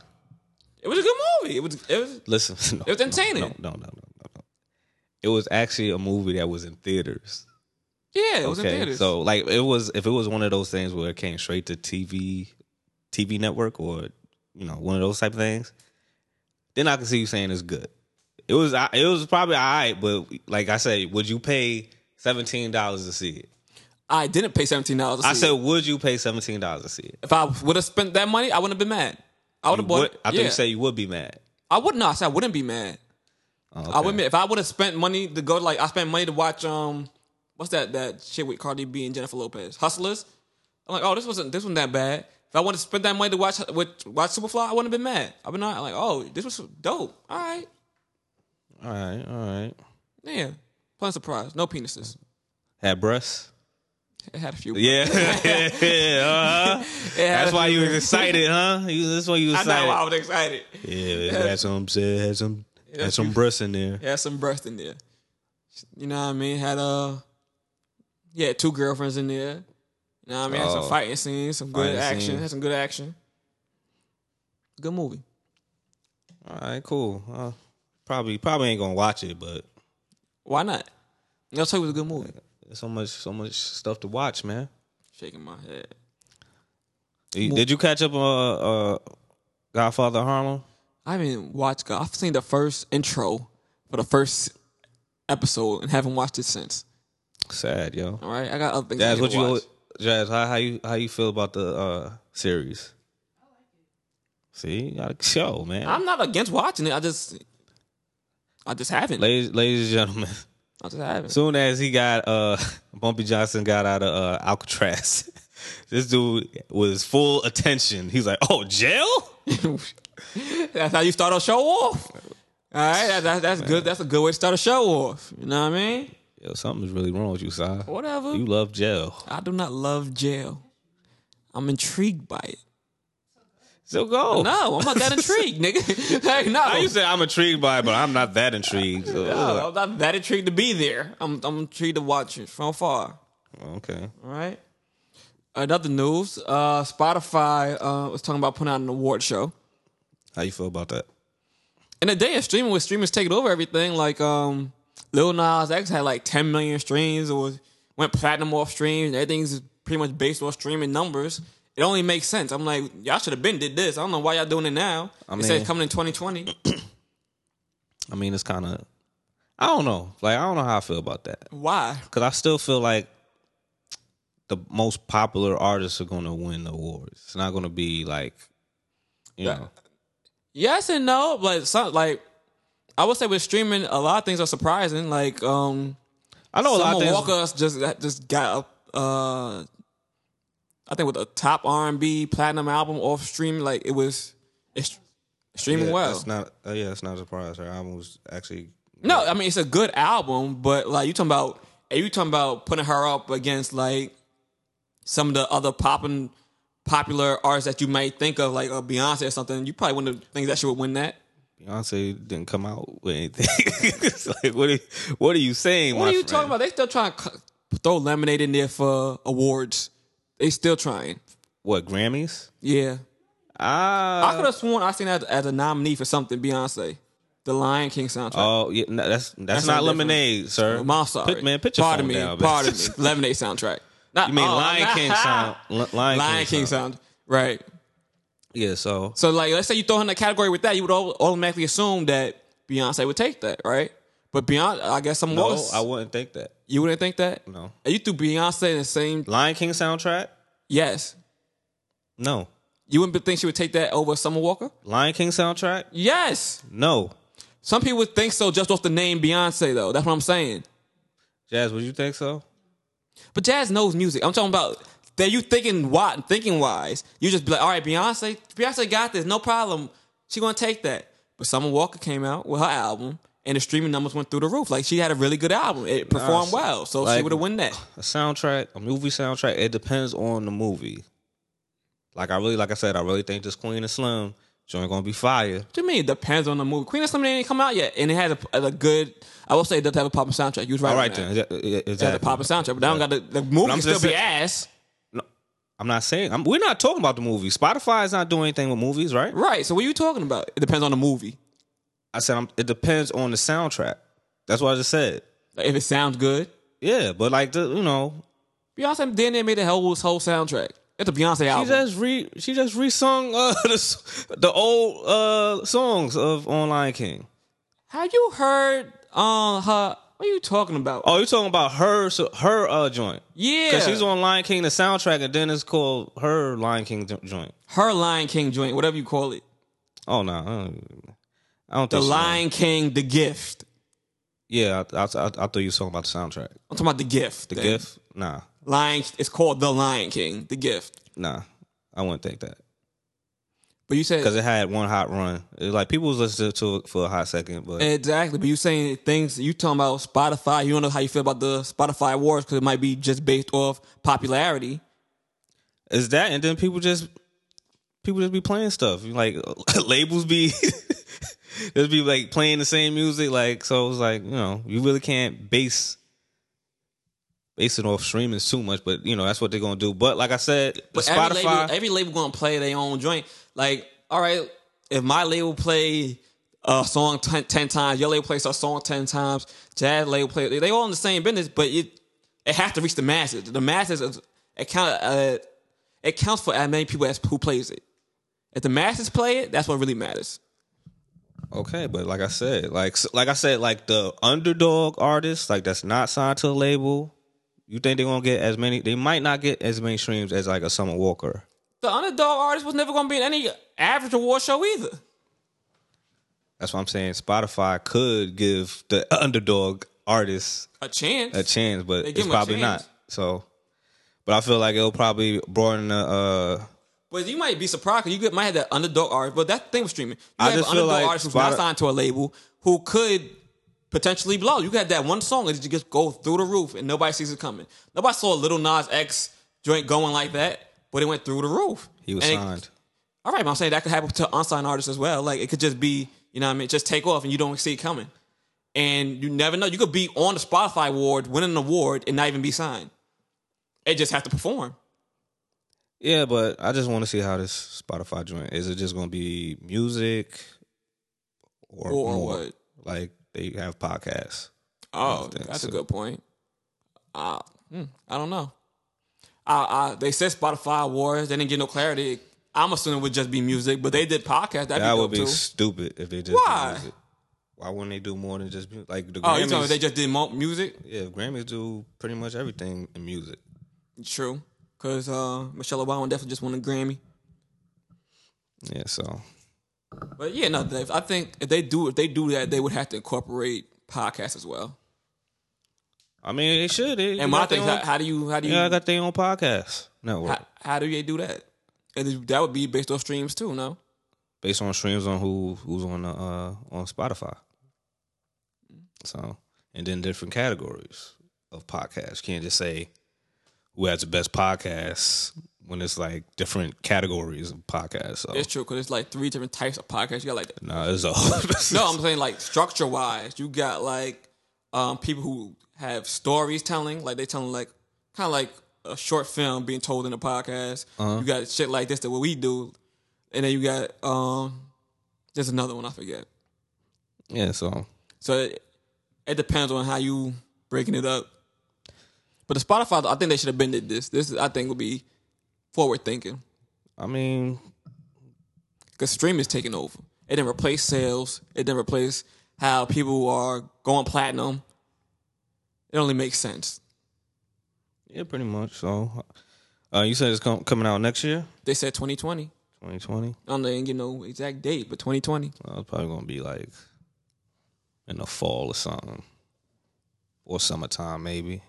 S1: It was a good movie. It was. It was.
S2: Listen, no,
S1: It was entertaining.
S2: No, no, no, no, no, no. It was actually a movie that was in theaters.
S1: Yeah, it was in
S2: okay,
S1: theaters.
S2: so like it was if it was one of those things where it came straight to TV, TV network or you know one of those type of things, then I can see you saying it's good. It was I- it was probably all right, but like I said, would you pay seventeen dollars to see it?
S1: I didn't pay seventeen dollars.
S2: I said, would you pay seventeen dollars to see it?
S1: if I would have spent that money, I wouldn't have been mad. I would
S2: You
S1: have bought.
S2: would-
S1: it.
S2: I thought
S1: yeah.
S2: you said you would be mad.
S1: I would not. I said I wouldn't be mad.
S2: Oh,
S1: I
S2: okay.
S1: would admit if I would have spent money to go like I spent money to watch um what's that that shit with Cardi B and Jennifer Lopez Hustlers. I'm like oh this wasn't this wasn't that bad. If I would have spent that money to watch with watch Superfly, I wouldn't have been mad. I've been not like oh this was dope. All right,
S2: All right, all right.
S1: yeah. Pleasant surprise. No penises.
S2: Had breasts.
S1: It had a few.
S2: Yeah, yeah. uh-huh.
S1: It had
S2: That's
S1: a
S2: why you
S1: few-
S2: was excited, huh? You, that's why you was
S1: I know
S2: excited.
S1: why I was excited.
S2: Yeah, had some said had some
S1: had
S2: had some breasts in there.
S1: It had some breast in there. You know what I mean? Had uh yeah two girlfriends in there. You know what I mean? Had some
S2: Oh.
S1: fighting scenes, some good
S2: Fighting
S1: action.
S2: scenes.
S1: Had some good action. Good movie.
S2: All right, cool. Uh, probably probably ain't gonna watch it, but
S1: Why not? I'll tell you it was a good movie.
S2: there's so much so much stuff to watch, man.
S1: Shaking my head.
S2: Did did you catch up on uh, uh, Godfather Harlem?
S1: I haven't watched God. I've seen the first intro for the first episode and haven't watched it since.
S2: Sad, yo.
S1: All right, I got other things. I
S2: Jazz,
S1: need
S2: what
S1: to
S2: you
S1: watch.
S2: Jazz? How, how you how you feel about the uh, series? See, you got a show, man.
S1: I'm not against watching it. I just, I just haven't.
S2: ladies, ladies and gentlemen.
S1: I just haven't.
S2: Soon as he got uh Bumpy Johnson got out of uh, Alcatraz, this dude was full attention. He's like, "Oh, jail?
S1: that's how you start a show off. All right, that, that, that's good. That's a good way to start a show off. You know what I mean?
S2: Yo, something's really wrong with you, Si.
S1: Whatever.
S2: You love jail.
S1: I do not love jail. I'm intrigued by it.
S2: So go.
S1: No, I'm not that intrigued, nigga. Hey, no.
S2: I used to say I'm intrigued by it, but I'm not that intrigued. So,
S1: No, I'm not that intrigued to be there. I'm I'm intrigued to watch it from far.
S2: Okay.
S1: All right. Another news: uh, Spotify uh, was talking about putting out an award show.
S2: How you feel about that?
S1: In a day of streaming, with streamers taking over everything, like um, Lil Nas X had like 10 million streams or was- went platinum off streams. and Everything's pretty much based on streaming numbers. It only makes sense. I'm like, y'all should have been did this. I don't know why y'all doing it now. I
S2: I
S1: mean, it said
S2: mean-
S1: it's coming in 2020.
S2: I mean, it's kind of. I don't know. Like, I don't know how I feel about that
S1: why?
S2: because I still feel like the most popular artists are going to win the awards. It's not going to be like, you know.
S1: Yes and no, but some like I would say with streaming, a lot of things are surprising. Like um,
S2: I know a lot of
S1: Summer
S2: things.
S1: Walker just just got a, uh, I think with a top R and B platinum album off stream. Like it was, it's streaming
S2: yeah,
S1: well.
S2: That's not. Uh, yeah, that's not a surprise. Her album was actually
S1: No, I mean it's a good album, but like you talking about, are you talking about putting her up against like some of the other poppin' popular artists that you might think of, like a Beyonce or something? You probably wouldn't think that she would win that.
S2: Beyonce didn't come out with anything. it's like what are, what are you saying?
S1: What
S2: my
S1: are you
S2: friend?
S1: talking about? They still trying to cu- throw lemonade in there for awards. They still trying.
S2: What Grammys?
S1: Yeah,
S2: Ah,
S1: I could have sworn I seen that as a nominee for something Beyonce, the Lion King soundtrack.
S2: oh yeah, no, that's that's,
S1: something
S2: not
S1: different.
S2: lemonade, sir.
S1: Oh, I'm sorry,
S2: Put, man, put your
S1: pardon
S2: phone
S1: me,
S2: down. man.
S1: pardon me. Lemonade soundtrack. Not,
S2: you mean
S1: oh,
S2: Lion King sound? Li- Lion,
S1: Lion King
S2: sound.
S1: sound. Right.
S2: Yeah, so
S1: So like, let's say you throw her in the category with that, you would au- automatically assume that Beyonce would take that, right? But Beyonce, I guess some
S2: no,
S1: was.
S2: I wouldn't think that.
S1: you wouldn't think that.
S2: No,
S1: And You threw Beyonce in the same.
S2: Lion King soundtrack.
S1: Yes,
S2: No,
S1: you wouldn't think she would take that over Summer Walker.
S2: Lion King soundtrack.
S1: Yes,
S2: No,
S1: some people would think so just off the name Beyonce, though. That's what I'm saying.
S2: Jazz, would you think so?
S1: But Jazz knows music. I'm talking about that you thinking why thinking wise. You just be like, all right, Beyonce, Beyonce got this, no problem. She gonna take that. But Summer Walker came out with her album and the streaming numbers went through the roof. Like she had a really good album. It performed
S2: Nah,
S1: well. So she
S2: like-
S1: would have won that.
S2: a soundtrack, a movie soundtrack. It depends on the movie. Like I really, like I said, I really think this Queen and Slim joint gonna be fire.
S1: To me, it depends on the movie. Queen of Slim ain't come out yet. And it had a, a good I will say it does have a popping soundtrack. You was right.
S2: All
S1: on
S2: right
S1: that.
S2: then, Yeah, yeah,
S1: It has a
S2: exactly.
S1: popping soundtrack, but I don't got the, the movie can
S2: I'm
S1: still
S2: just
S1: be
S2: saying-
S1: ass.
S2: No, I'm not saying I'm, we're not talking about the movie. Spotify is not doing anything with movies, right?
S1: Right. So what are you talking about? It depends on the movie.
S2: I said I'm, it depends on the soundtrack. That's what I just said.
S1: Like, if it sounds good.
S2: Yeah, but like the, you know,
S1: Beyonce damn near made the whole whole soundtrack. It's a Beyonce
S2: she
S1: album.
S2: just re she just resung uh, the s- the old uh songs of On Lion King.
S1: Have you heard uh her? What are you talking about?
S2: Oh, you talking about her so her uh joint?
S1: yeah,
S2: Because she's on Lion King, the soundtrack, and then it's called her Lion King jo- joint.
S1: her Lion King joint, whatever you call it.
S2: Oh, no. I don't, I don't
S1: The
S2: think so.
S1: Lion King, The Gift.
S2: Yeah, I, I, I, I thought you were talking about the soundtrack.
S1: I'm talking about The Gift.
S2: The gift? Nah.
S1: Lion. It's called The Lion King, The Gift.
S2: Nah. I wouldn't think that.
S1: But you said
S2: Because it had one hot run. It was like, people was listening to it for a hot second, but
S1: exactly. But you saying things. You talking about Spotify. You don't know how you feel about the Spotify awards because it might be just based off popularity.
S2: it's that, and then people just. People just be playing stuff. Like labels be just be like playing the same music. Like so, it was like you know you really can't base base it off streaming too much. But you know that's what they're gonna do. But like I said,
S1: But
S2: Spotify.
S1: every label, every label gonna play their own joint. Like, all right, if my label play a song ten, 10 times, your label plays a song ten times, jazz label play, they, they all in the same business, but it it has to reach the masses. The masses is, it count uh, it counts for as many people as who plays it. If the masses play it, that's what really matters.
S2: Okay, but like I said, like like I said, like the underdog artists, like that's not signed to a label. You think they're gonna get as many? They might not get as many streams as like a Summer Walker.
S1: The underdog artist was never gonna be in any average award show either.
S2: That's what I'm saying. Spotify could give the underdog artists
S1: A chance.
S2: a chance, but
S1: give
S2: it's
S1: 'em a
S2: probably
S1: chance.
S2: not. So, but I feel like it'll probably broaden the. Uh,
S1: But you might be surprised 'cause you could, might have that underdog artist. But that's the thing with streaming. You
S2: I
S1: have
S2: just
S1: an
S2: feel
S1: underdog
S2: like
S1: artist who's
S2: Spotify-
S1: not signed to a label who could potentially blow. You could have that one song that you just go through the roof and nobody sees it coming. Nobody saw Little Nas X joint going like that, but it went through the roof.
S2: he was
S1: And it-
S2: signed.
S1: all right, but I'm saying that could happen to unsigned artists as well. Like it could just be, you know, what I mean, just take off and you don't see it coming, and you never know. You could be on the Spotify award, win an award, and not even be signed. It just have to perform.
S2: Yeah, but I just want to see how this Spotify joint is. It just gonna be music, or,
S1: Or
S2: more?
S1: what?
S2: Like they have podcasts.
S1: Oh,
S2: think
S1: that's a
S2: so.
S1: good point. Uh, hmm, I don't know. I, I, they said Spotify awards. They didn't get no clarity. I'm assuming it would just be music, but they did podcast. That'd be
S2: That
S1: dope
S2: would be
S1: too.
S2: stupid if they just
S1: Why?
S2: Do music. Why wouldn't they do more than just music? like the
S1: oh,
S2: Grammys?
S1: you talking about they just did mo- music?
S2: yeah, Grammys do pretty much everything in music.
S1: True, because uh, Michelle Obama definitely just won a Grammy.
S2: Yeah, so
S1: But yeah, no, Dave, I think if they do if they do that, they would have to incorporate podcasts as well.
S2: I mean they should. They,
S1: And
S2: they
S1: my
S2: got
S1: thing, is,
S2: their
S1: how,
S2: own-
S1: how do you how do you
S2: yeah, I got their own podcast network
S1: how, how do they do that? And that would be based off streams too, no?
S2: based on streams on who who's on the, uh on Spotify. So, and then different categories of podcasts. You can't just say who has the best podcast when it's like different categories of podcasts. So,
S1: It's true because it's like three different types of podcasts. You got like
S2: no, it's a
S1: no, I'm saying like structure wise, you got like um, people who have stories telling, like they telling like kind of like a short film being told in a podcast. You got shit like this that what we do, and then you got um, there's another one I forget.
S2: yeah. So
S1: So it, it depends on how you breaking it up. But the Spotify, I think they should have bended this. This I think would be forward thinking
S2: I mean,
S1: because stream is taking over. It didn't replace sales. It didn't replace how people are going platinum. It only makes sense.
S2: yeah, pretty much. So, uh, you said it's com- coming out next year,
S1: They said 2020.
S2: 2020.
S1: I don't think you know exact date, but 2020.
S2: Uh, it's probably gonna be like in the fall or something, or summertime maybe.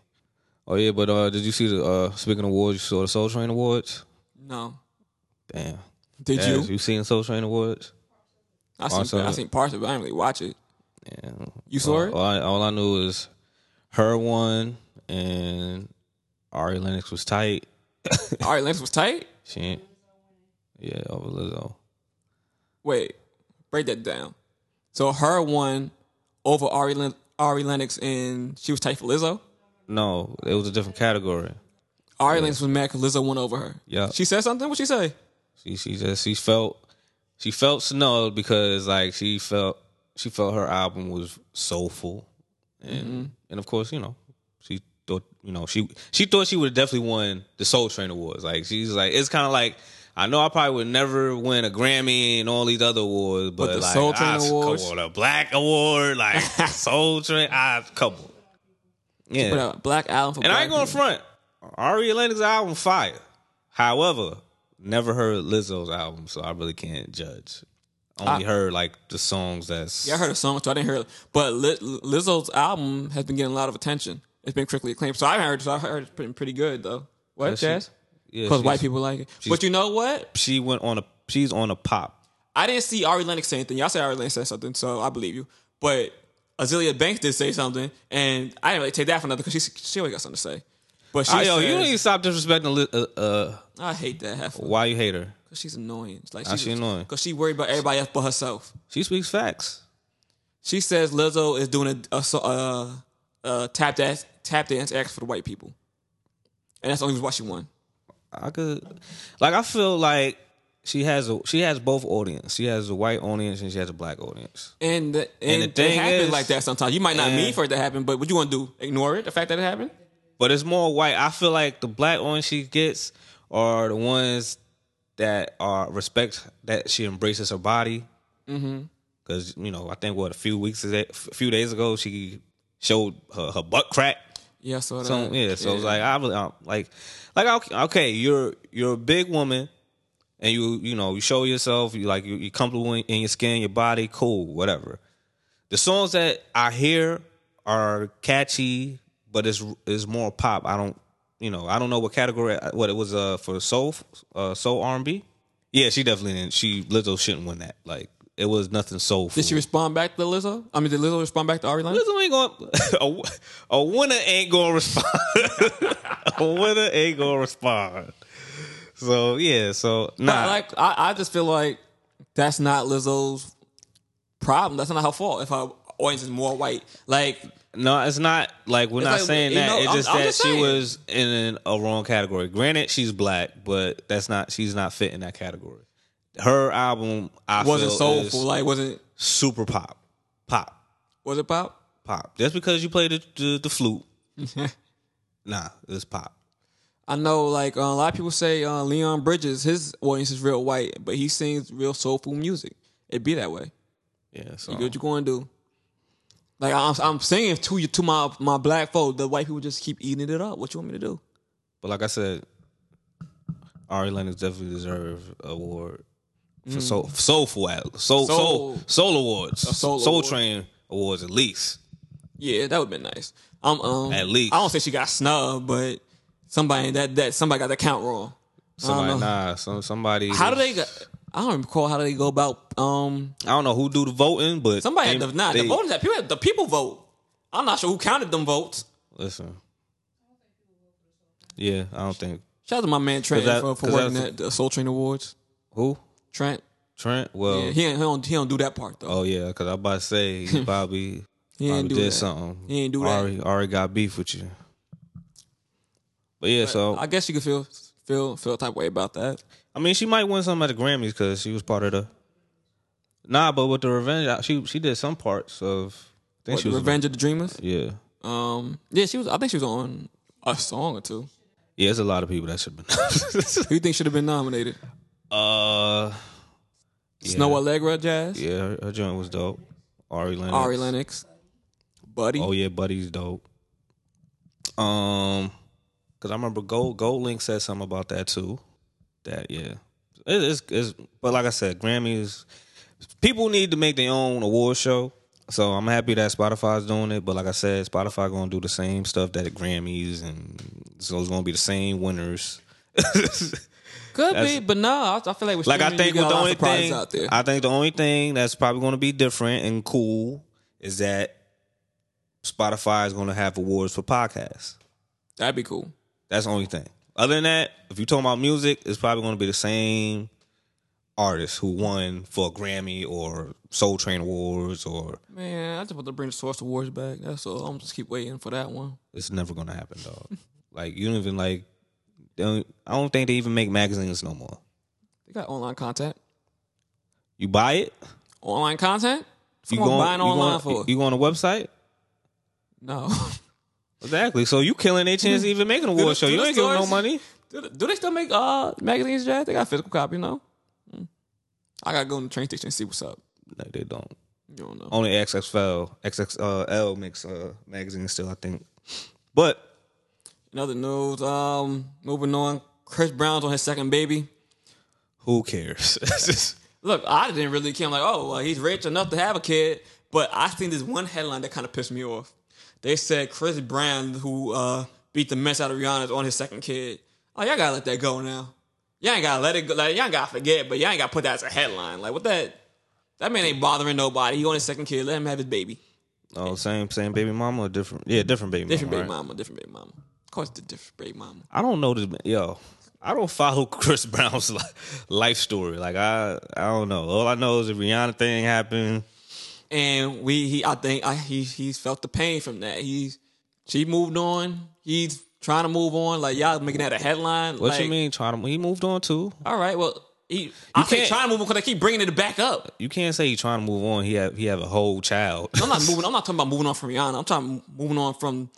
S2: Oh yeah, but uh, did you see the uh, speaking of awards? You saw the Soul Train awards.
S1: No,
S2: Damn,
S1: did
S2: Yes,
S1: you?
S2: seen Soul Train awards?
S1: I seen,
S2: saw
S1: I
S2: it.
S1: seen parts of it. I didn't really watch it.
S2: Yeah.
S1: You saw
S2: all,
S1: it?
S2: All I, all I knew is her one and Ari Lennox was tight. oh.
S1: All right, Lance was tight.
S2: She, ain't, yeah, over Lizzo.
S1: Wait, break that down. So her won over Ari, Len- Ari Lennox, and she was tight for Lizzo.
S2: No, it was a different category.
S1: Ari Lennox was mad because Lizzo won over her.
S2: Yeah.
S1: she said something. What she say?
S2: She she just she felt she felt snubbed because like she felt she felt her album was soulful and
S1: Mm-hmm.
S2: and of course you know she thought you know she she thought she would have definitely won the Soul Train awards like she's like it's kind of like I know I probably would never win a Grammy and all these other awards but,
S1: the
S2: like
S1: Soul Train
S2: I,
S1: awards?
S2: come on a Black Award like Soul Train I come on yeah
S1: Put out a black album for
S2: and
S1: black
S2: I ain't going to
S1: people.
S2: front. Ari Lennox's album fire. However, never heard Lizzo's album, so I really can't judge. Only heard like the songs that's
S1: Yeah, I heard a song, so I didn't hear it. But Li- Lizzo's album has been getting a lot of attention. It's been critically acclaimed. So I haven't heard it, so I heard it's been pretty good, though. What,
S2: she-
S1: Jazz?
S2: yeah,
S1: Because
S2: she's-
S1: white people like it. But you know what?
S2: She went on a she's on a pop.
S1: I didn't see Ari Lennox say anything. Y'all said Ari Lennox said something, so I believe you. But Azealia Banks did say something, and I didn't really take that for nothing because she, she always got something to say. But she
S2: Ah, yo,
S1: says-
S2: you don't even stop disrespecting Liz, uh, uh,
S1: I hate that half because
S2: why you hate her.
S1: she's annoying. It's Like
S2: How Ah, she annoying?
S1: Because she worried about everybody else but herself.
S2: She speaks facts.
S1: She says Lizzo is doing a, a, so- uh, uh, tap dance tap dance act for the white people, and that's the only reason why she won.
S2: I could like I feel like she has a she has both audience. She has a white audience and she has a black audience.
S1: And the, and,
S2: the
S1: it
S2: thing
S1: happens
S2: is-
S1: like that sometimes. You might not
S2: Yeah.
S1: mean for it to happen, but what you want to do? Ignore it? The fact that it happened?
S2: but it's more white. I feel like the black ones she gets are the ones that are respect that she embraces her body. Because you know, I think what a few weeks, a few days ago, she showed her, her butt crack.
S1: Yeah, so that.
S2: So yeah, so it's like I really I'm like, like okay, okay, you're you're a big woman, and you you know you show yourself, you like you, you're comfortable in, in your skin, your body, cool, whatever. The songs that I hear are catchy, but it's it's more pop. I don't you know I don't know what category what it was uh for soul uh soul R and B. Yeah, she definitely didn't. She Lizzo shouldn't win that. Like it was nothing soulful.
S1: did she respond back to Lizzo? I mean, did Lizzo respond back to Ari Lennox?
S2: Listen, we ain't going. A, a winner ain't going to respond. a winner ain't going to respond. So yeah, so
S1: But
S2: nah.
S1: like, I, I just feel like that's not Lizzo's problem. That's not her fault. If her audience is more white, like
S2: no, it's not like we're not
S1: like,
S2: saying
S1: you
S2: that.
S1: know,
S2: it's
S1: I'm-
S2: just
S1: I'm
S2: that
S1: just
S2: she
S1: saying.
S2: was in an- a wrong category. Granted, she's black, but that's not. She's not fit in that category. Her album, I
S1: wasn't
S2: feel,
S1: soulful.
S2: is
S1: Like wasn't
S2: super pop, pop,
S1: was it pop?
S2: pop. Just because you play the the, the flute, nah, it's pop.
S1: I know, like uh, a lot of people say, uh, Leon Bridges, his audience is real white, but he sings real soulful music. It be that way.
S2: Yeah, so
S1: What you going to do? Like I'm, I'm singing to you to my my black folk. The white people just keep eating it up. What you want me to do?
S2: But like I said, Ari Lennox definitely deserved an award for soul, soulful at- soul, soul,
S1: Mm. Soul.
S2: soul, awards,
S1: soul
S2: soul
S1: award.
S2: train awards at least.
S1: Yeah, that would been nice. Um, um,
S2: At least.
S1: I don't say she got snubbed, but somebody that that somebody got the count wrong.
S2: Somebody,
S1: know.
S2: nah, some somebody.
S1: How do they? Go, I don't recall how they go about. Um,
S2: I don't know who do the voting, but
S1: somebody
S2: they-
S1: had to not
S2: they-
S1: the voting. That people, the people vote. I'm not sure who counted them votes.
S2: Listen. Yeah, I don't think
S1: Shout out to my man Trent
S2: that-
S1: for, for
S2: 'cause
S1: winning
S2: that's-
S1: that the Soul Train Awards.
S2: who
S1: Trent,
S2: Trent. Well,
S1: yeah, he ain't, he don't he don't do that part though.
S2: oh yeah, because I about to say he probably
S1: he
S2: probably
S1: ain't do
S2: did
S1: that.
S2: something.
S1: He ain't do that.
S2: Already, already got beef with you. But yeah, so
S1: I guess you could feel feel feel a type of way about that.
S2: Oh. I mean, she might win something at the Grammys because she was part of the. Nah, but with the revenge, I- she she did some parts of. I think
S1: What,
S2: she was.
S1: Revenge of the Dreamers.
S2: Yeah,
S1: Um, yeah, she was. I think she was on a song or two.
S2: yeah, it's a lot of people that should have been.
S1: Who you think should have been nominated?
S2: uh,
S1: Snow Allegra, Jazz,
S2: yeah, her, her joint was dope. Ari Lennox.
S1: Ari Lennox, Buddy.
S2: Oh yeah, Buddy's dope. Um, because I remember Gold Gold Link said something about that too. That yeah, it is. It's, but like I said, Grammys. People need to make their own award show. So I'm happy that Spotify's doing it. But like I said, Spotify gonna do the same stuff that the Grammys, and so it's gonna be the same winners.
S1: Could be, but no, I, I feel like with
S2: Like I
S1: streaming,
S2: think
S1: you get a
S2: with
S1: lot
S2: the
S1: of
S2: only
S1: surprises
S2: thing
S1: out there.
S2: I think the only thing that's probably going to be different and cool is that Spotify is going to have awards for podcasts.
S1: That'd be cool.
S2: That's the only thing. Other than that, if you're talking about music, it's probably going to be the same artist who won for a Grammy or Soul Train Awards, or
S1: Man, I just want to bring the Source Awards back. That's all. I'm just keep waiting for that one.
S2: it's never going to happen, dog. like you don't even like. they Don't, I don't think they even make magazines no more.
S1: They got online content.
S2: You buy it.
S1: Online content?
S2: You
S1: Come on, buying
S2: you
S1: online
S2: going,
S1: for?
S2: you going on a website.
S1: no.
S2: Exactly. So you killing their chance to even make an
S1: Do the-
S2: award show.
S1: do
S2: You
S1: the
S2: ain't giving no
S1: stores-
S2: money.
S1: do, they- do they still make uh magazines, Jazz? They got physical copy, no? Mm. I gotta go in the train station and see what's up.
S2: No, they don't.
S1: You don't know.
S2: Only XXL, XXL makes uh, magazines still, I think. But
S1: In other news, um, moving on. Chris Brown's on his second baby.
S2: who cares? It's just-
S1: Look, I didn't really care. I'm like, oh, well, he's rich enough to have a kid. But I think there's one headline that kind of pissed me off. They said Chris Brown, who uh, beat the mess out of Rihanna, is on his second kid. Oh, y'all gotta let that go now. Y'all ain't gotta let it go. Like, y'all ain't gotta forget, but y'all ain't gotta put that as a headline. Like, what that? That man ain't bothering nobody. He on his second kid. Let him have his baby.
S2: oh, same same baby mama or different? Yeah, different baby
S1: Different
S2: mama.
S1: baby
S2: right?
S1: mama. Different baby mama. Of course, the different baby mama.
S2: I don't know this. Yo, I don't follow Chris Brown's li- life story. Like I, I don't know. All I know is the Rihanna thing happened.
S1: and we he I think I, he he's felt the pain from that. He's she moved on. He's trying to move on. Like y'all making that a headline.
S2: What
S1: like,
S2: you mean? Trying to, he moved on too.
S1: All right, well he I
S2: can't-
S1: can't trying to move on because I keep bringing it back up.
S2: You can't say he trying to move on. He have he have a whole child.
S1: I'm not moving. I'm not talking about moving on from Rihanna. I'm talking moving on from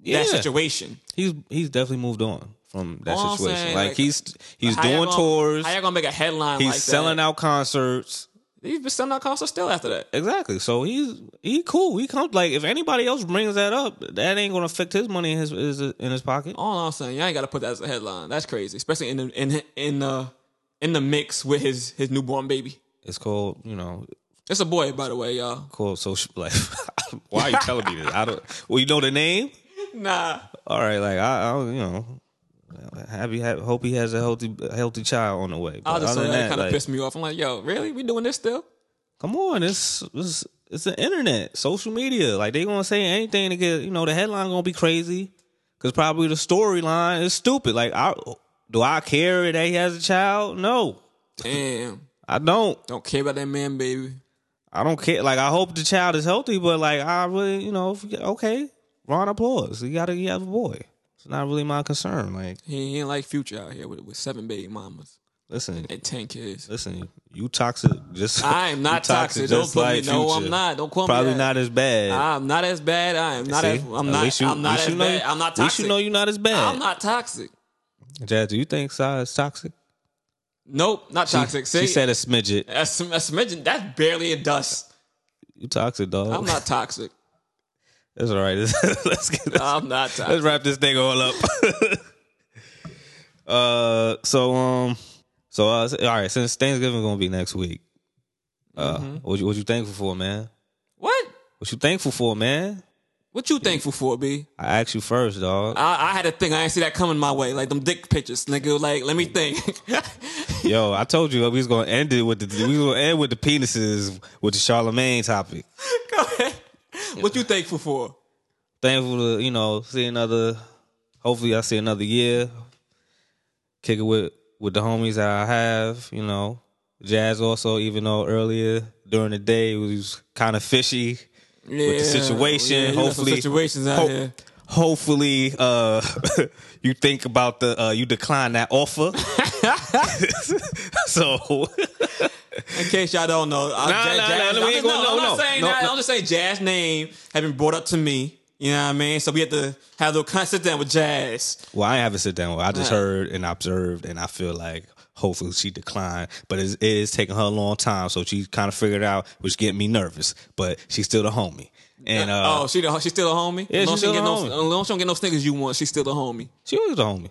S2: Yeah.
S1: that situation.
S2: he's he's definitely moved on from that
S1: All I'm
S2: situation.
S1: saying,
S2: like,
S1: like,
S2: he's he's
S1: How y'all
S2: doing
S1: gonna-
S2: tours.
S1: How y'all gonna make a headline?
S2: He's
S1: like
S2: selling
S1: that?
S2: out concerts.
S1: He's been selling out concerts still after that.
S2: Exactly. So he's he cool. He comes like if anybody else brings that up, that ain't gonna affect his money in his is in his pocket.
S1: All I'm saying, y'all ain't gotta put that as a headline. That's crazy, especially in the in in the in the mix with his his newborn baby.
S2: It's called you know
S1: It's a boy, by the way, y'all.
S2: called social life. Why are you telling me this? I don't. Well, you know the name.
S1: Nah.
S2: All right. Like I, I don't, you know. Happy, ha- hope he has a healthy, healthy child on the way. But
S1: I just
S2: other
S1: saw
S2: than
S1: Oh, that, kind of
S2: like,
S1: pissed me off. I'm like, yo, really? We doing this still?
S2: Come on, it's it's it's the internet, social media. Like they gonna say anything to get you know the headline gonna be crazy because probably the storyline is stupid. Like I do I care that he has a child? No,
S1: Damn.
S2: I don't.
S1: Don't care about that man, baby.
S2: I don't care. Like I hope the child is healthy, but like I really you know if- okay, round of applause. You gotta you have a boy. It's not really my concern. Like
S1: He, he ain't like future out here with, with seven baby mamas
S2: listen,
S1: and ten kids.
S2: listen, you toxic. Just
S1: I am not
S2: you
S1: toxic. Don't
S2: just
S1: put me-
S2: like
S1: no, I'm
S2: Future.
S1: not. Don't call me
S2: Probably
S1: that.
S2: not as bad.
S1: I'm not as bad. I am not
S2: See?
S1: as I'm
S2: At
S1: not
S2: least you-
S1: I'm not
S2: at least
S1: as
S2: you know-
S1: bad. I'm not
S2: At least
S1: toxic.
S2: you know you're not as bad.
S1: I'm not toxic.
S2: Jazz, do you think Sai is toxic?
S1: Nope, not toxic. See,
S2: She said a smidget.
S1: a, sm- a smidgen, that's barely a dust.
S2: You toxic, dog.
S1: I'm not toxic.
S2: That's all right. let's get this.
S1: I'm not toxic.
S2: let's wrap this thing all up. uh, so um, so uh, all right. Since Thanksgiving gonna be next week, uh,
S1: Mm-hmm.
S2: what you what you thankful for, man?
S1: What?
S2: What you thankful for, man?
S1: What you thankful for, B?
S2: I asked you first, dog.
S1: I, I had a thing. I didn't see that coming my way. Like them dick pictures, nigga. Like, let me think.
S2: Yo, I told you we was gonna end it with the we was gonna end with the penises with the Charlemagne topic.
S1: Go ahead. what you thankful for?
S2: Thankful to you know see another. Hopefully, I see another year. Kick it with with the homies that I have. You know, Jazz also. Even though earlier during the day it was kind of fishy.
S1: Yeah,
S2: with the situation.
S1: yeah, you know some
S2: hopefully,
S1: situations out
S2: ho-
S1: here.
S2: Hopefully, uh, you think about the uh, you decline that offer. so
S1: In case y'all don't know, I,
S2: Nah,
S1: Ja-
S2: nah,
S1: Jazz- I'm
S2: nah, we
S1: just-
S2: ain't
S1: no,
S2: gonna-
S1: I'm
S2: no,
S1: not
S2: no,
S1: saying
S2: no,
S1: that.
S2: no.
S1: I'm just saying Jazz name had been brought up to me. You know what I mean? So we had to have a little con- sit down with Jazz.
S2: well, I ain't have a sit down. with her. I just
S1: Right.
S2: heard and observed, and I feel like hopefully she declined. But it is taking her a long time, so she kind of figured out, which getting me nervous. But she's still the homie, and uh,
S1: oh, she the, she still a homie.
S2: Yeah,
S1: As long
S2: she
S1: as she don't get
S2: still a
S1: no, as long as she don't get no sneakers you want, she's still a homie.
S2: she was the homie.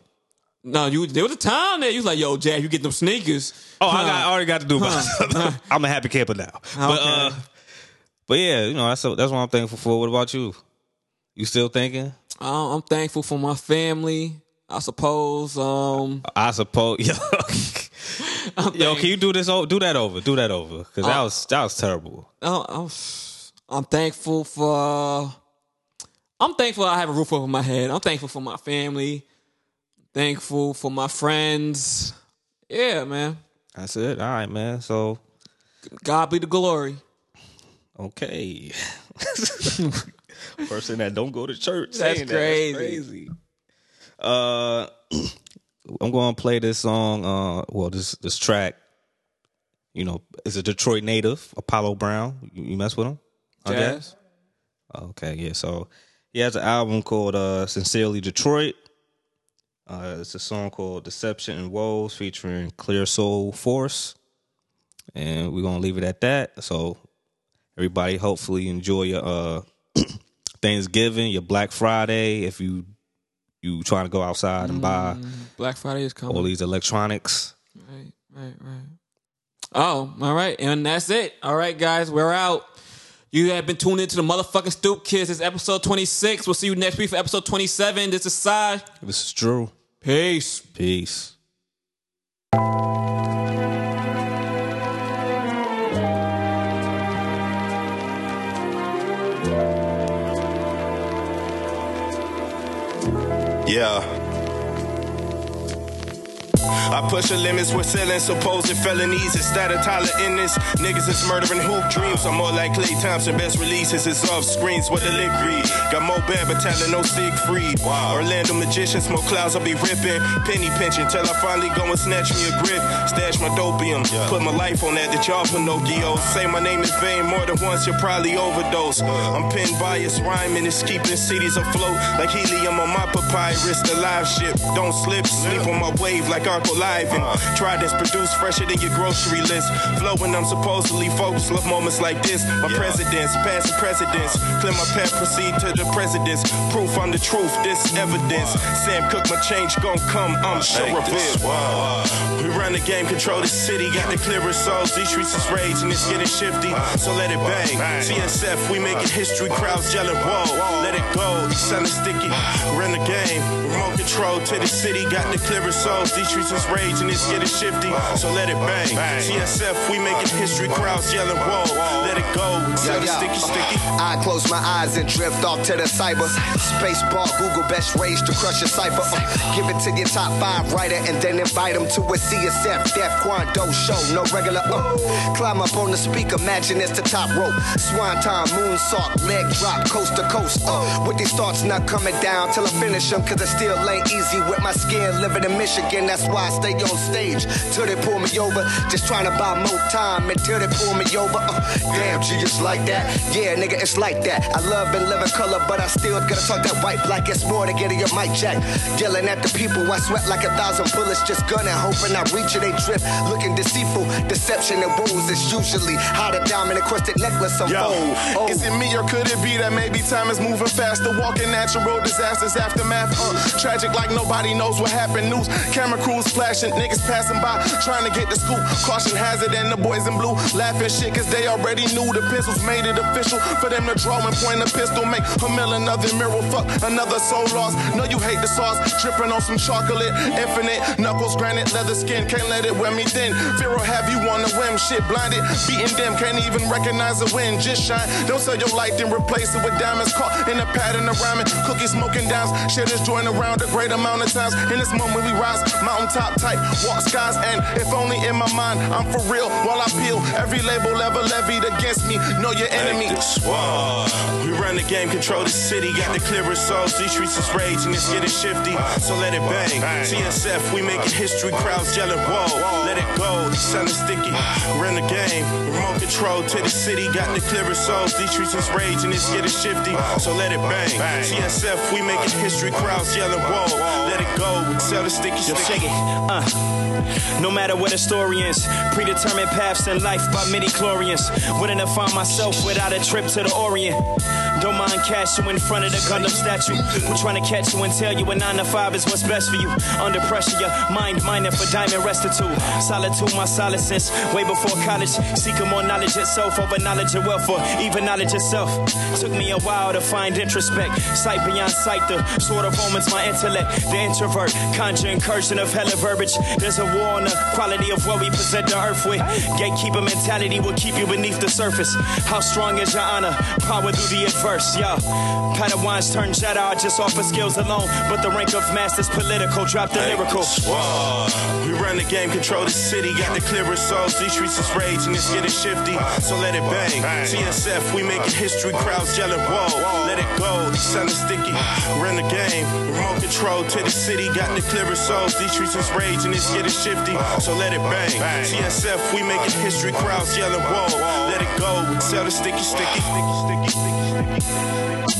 S1: No, you there was a time there you was like, yo, Jazz, you get them sneakers.
S2: Oh,
S1: Huh.
S2: I, got, I already got to do about. I'm a happy camper now. But uh,
S1: Okay.
S2: but yeah, you know that's that's what I'm thankful for. What about you? You still thinking?
S1: Um, I'm thankful for my family. I suppose. Um,
S2: I suppose. Yo, Uh, yo, can you do this? o- Do that over? Do that over? Because that was that was terrible.
S1: Oh, I'm, I'm thankful for. I'm thankful I have a roof over my head. I'm thankful for my family. Thankful for my friends. Yeah, man.
S2: That's it. All right, man. So
S1: God be the glory.
S2: okay. Person that don't go to church.
S1: That's
S2: saying that.
S1: crazy.
S2: crazy. Uh, I'm going to play this song. Uh, well, this this track. You know, it's a Detroit native, Apollo Brown. You, you mess with him? Our
S1: Jazz.
S2: Okay, yeah. So he has an album called uh, "Sincerely Detroit." Uh, it's a song called "Deception and Woes" featuring Clear Soul Force, and we're gonna leave it at that. So everybody, hopefully, enjoy your uh, Thanksgiving, your Black Friday. If you you trying to go outside and buy
S1: Black Friday is
S2: all
S1: coming.
S2: these electronics,
S1: Right, right, right. Oh, all right. And that's it. All right, guys, we're out. You have been tuned into the motherfucking Stoop Kids. It's episode 26. We'll see you next week for episode 27. This is Sai.
S2: this is Drew.
S1: Peace.
S2: Peace.
S3: Yeah. I push the limits with selling supposed felonies instead of Tyler Ennis. Niggas is murdering hoop dreams. I'm more like Clay Thompson. Best releases is off screens with the lick read. Got more bad, but talent no Siegfried. Wow. Orlando magicians, more clouds I'll be ripping. Penny pinching till I finally go and snatch me a grip. Stash my dopium. Put my life on that. The y'all Pinocchio. Say my name in vain more than once. You'll probably overdose. I'm pinned bias rhyming. It's keeping cities afloat like helium on my papyrus. The live ship don't slip. Sleep on my wave like Uncle Ivan. Try this, produce fresher than your grocery list. Flowing, I'm supposedly focused. Love moments like this. My presidents, past presidents. Clear my path, proceed to the presidents. Proof I'm the truth. This evidence. Sam Cook, my change gon' come. I'm sure of it. We run the game, control the city. Got the clearest souls. These streets is rage and it's getting shifty. So let it bang. CSF, we making history. Crowds yelling, whoa. Let it go. Each selling sticky. Run the game. Remote control to the city. Got the clearest souls. These streets is rage and it's getting shifty. So let it bang. CSF, we making history. Crowds yelling, whoa. Let it go. Each selling sticky, sticky.
S4: I close my eyes and drift off to the cyber. Space bar, Google best ways to crush a cipher. Uh, give it to your top five writer and then invite them to a CSF Def Quando show. No regular uh. Climb up on the speaker, imagine it's the top rope. Swan time, moonsault, leg drop, coast to coast. Uh, with these thoughts not coming down till I finish them, cause it still ain't easy with my skin living in Michigan. That's why I stay on stage till they pull me over. Just trying to buy more time until they pull me over. Uh, damn, you just like that? Yeah, nigga, it's like that. I love and live in color, but I still gotta talk that white black. It's more to getting your mic jack. Yelling at the people, I sweat like a thousand bullets. Just gunning, hoping I reach it. They drip, looking deceitful. Deception and woes is usually how the diamond encrusted necklace unfold.
S3: Yo,
S4: Oh.
S3: is it me or could it be that maybe time is moving faster? Walking natural disasters aftermath. Uh, tragic like nobody knows what happened. News camera crews flash.
S5: flashing, niggas passing by, trying to get the scoop. Caution hazard and the boys in blue laughing shit, cause they already knew the pistols made it official. For them to draw and point a pistol, make a mill another mirror, fuck another soul lost. No, you hate the sauce, tripping on some chocolate, infinite, knuckles, granite, leather skin, can't let it wear me thin. Fear will have you on the whim, shit blinded, beating them, can't even recognize the wind. Just shine, don't sell your light, then replace it with diamonds caught in a pattern of rhyming. Cookie smoking dimes, shit is joined around a great amount of times. In this moment, we rise, mountaintop type, walk skies, and if only in my mind, I'm for real while I peel every label ever levied against me. Know your enemy. We run the game, control the city, got the clearest souls. These streets is rage and it's getting shifty, so let it bang. TSF, we making history, crowds yelling, whoa, let it go. Sounding sticky, run the game, remote control to the city, got the clearest souls. These streets is rage and it's getting shifty, so let it bang. TSF, we making history, crowds yelling, whoa, let it go. Sell the sticky,
S6: Yo,
S5: sticky.
S6: shake it. Uh. No matter what the story ends, predetermined paths in life by many chlorians. Wouldn't have found myself without a trip to the Orient. Don't mind cash you in front of the Gundam statue. We're trying to catch you and tell you a 9 to 5 is what's best for you. Under pressure, your mind mining for diamond restitute. Solitude, my solaces. Way before college, seeking more knowledge itself over knowledge and wealth, or even knowledge itself. Took me a while to find introspect. Sight beyond sight, the sort of omens my intellect. The introvert, conjure incursion of hella verbiage. There's a war on the quality of what we present the earth with. Gatekeeper mentality will keep you beneath the surface. How strong is your honor? Power through the adverse, yeah. Padawans turn Jedi just off of skills alone. But the rank of master's political, drop the lyrical.
S5: Whoa. We run the game, control the city, got the clearest souls. These streets is rage and it's getting shifty, so let it bang. TSF, we making history, crowds yelling, whoa, let it go. Sounding sticky, run the game, remote control to the city, got the clearest souls. These streets is rage and it's getting shifty, so let it bang. TSF, we making history, crowds yelling, whoa, let it go. Sell the sticky, sticky, sticky, sticky, sticky, sticky. sticky.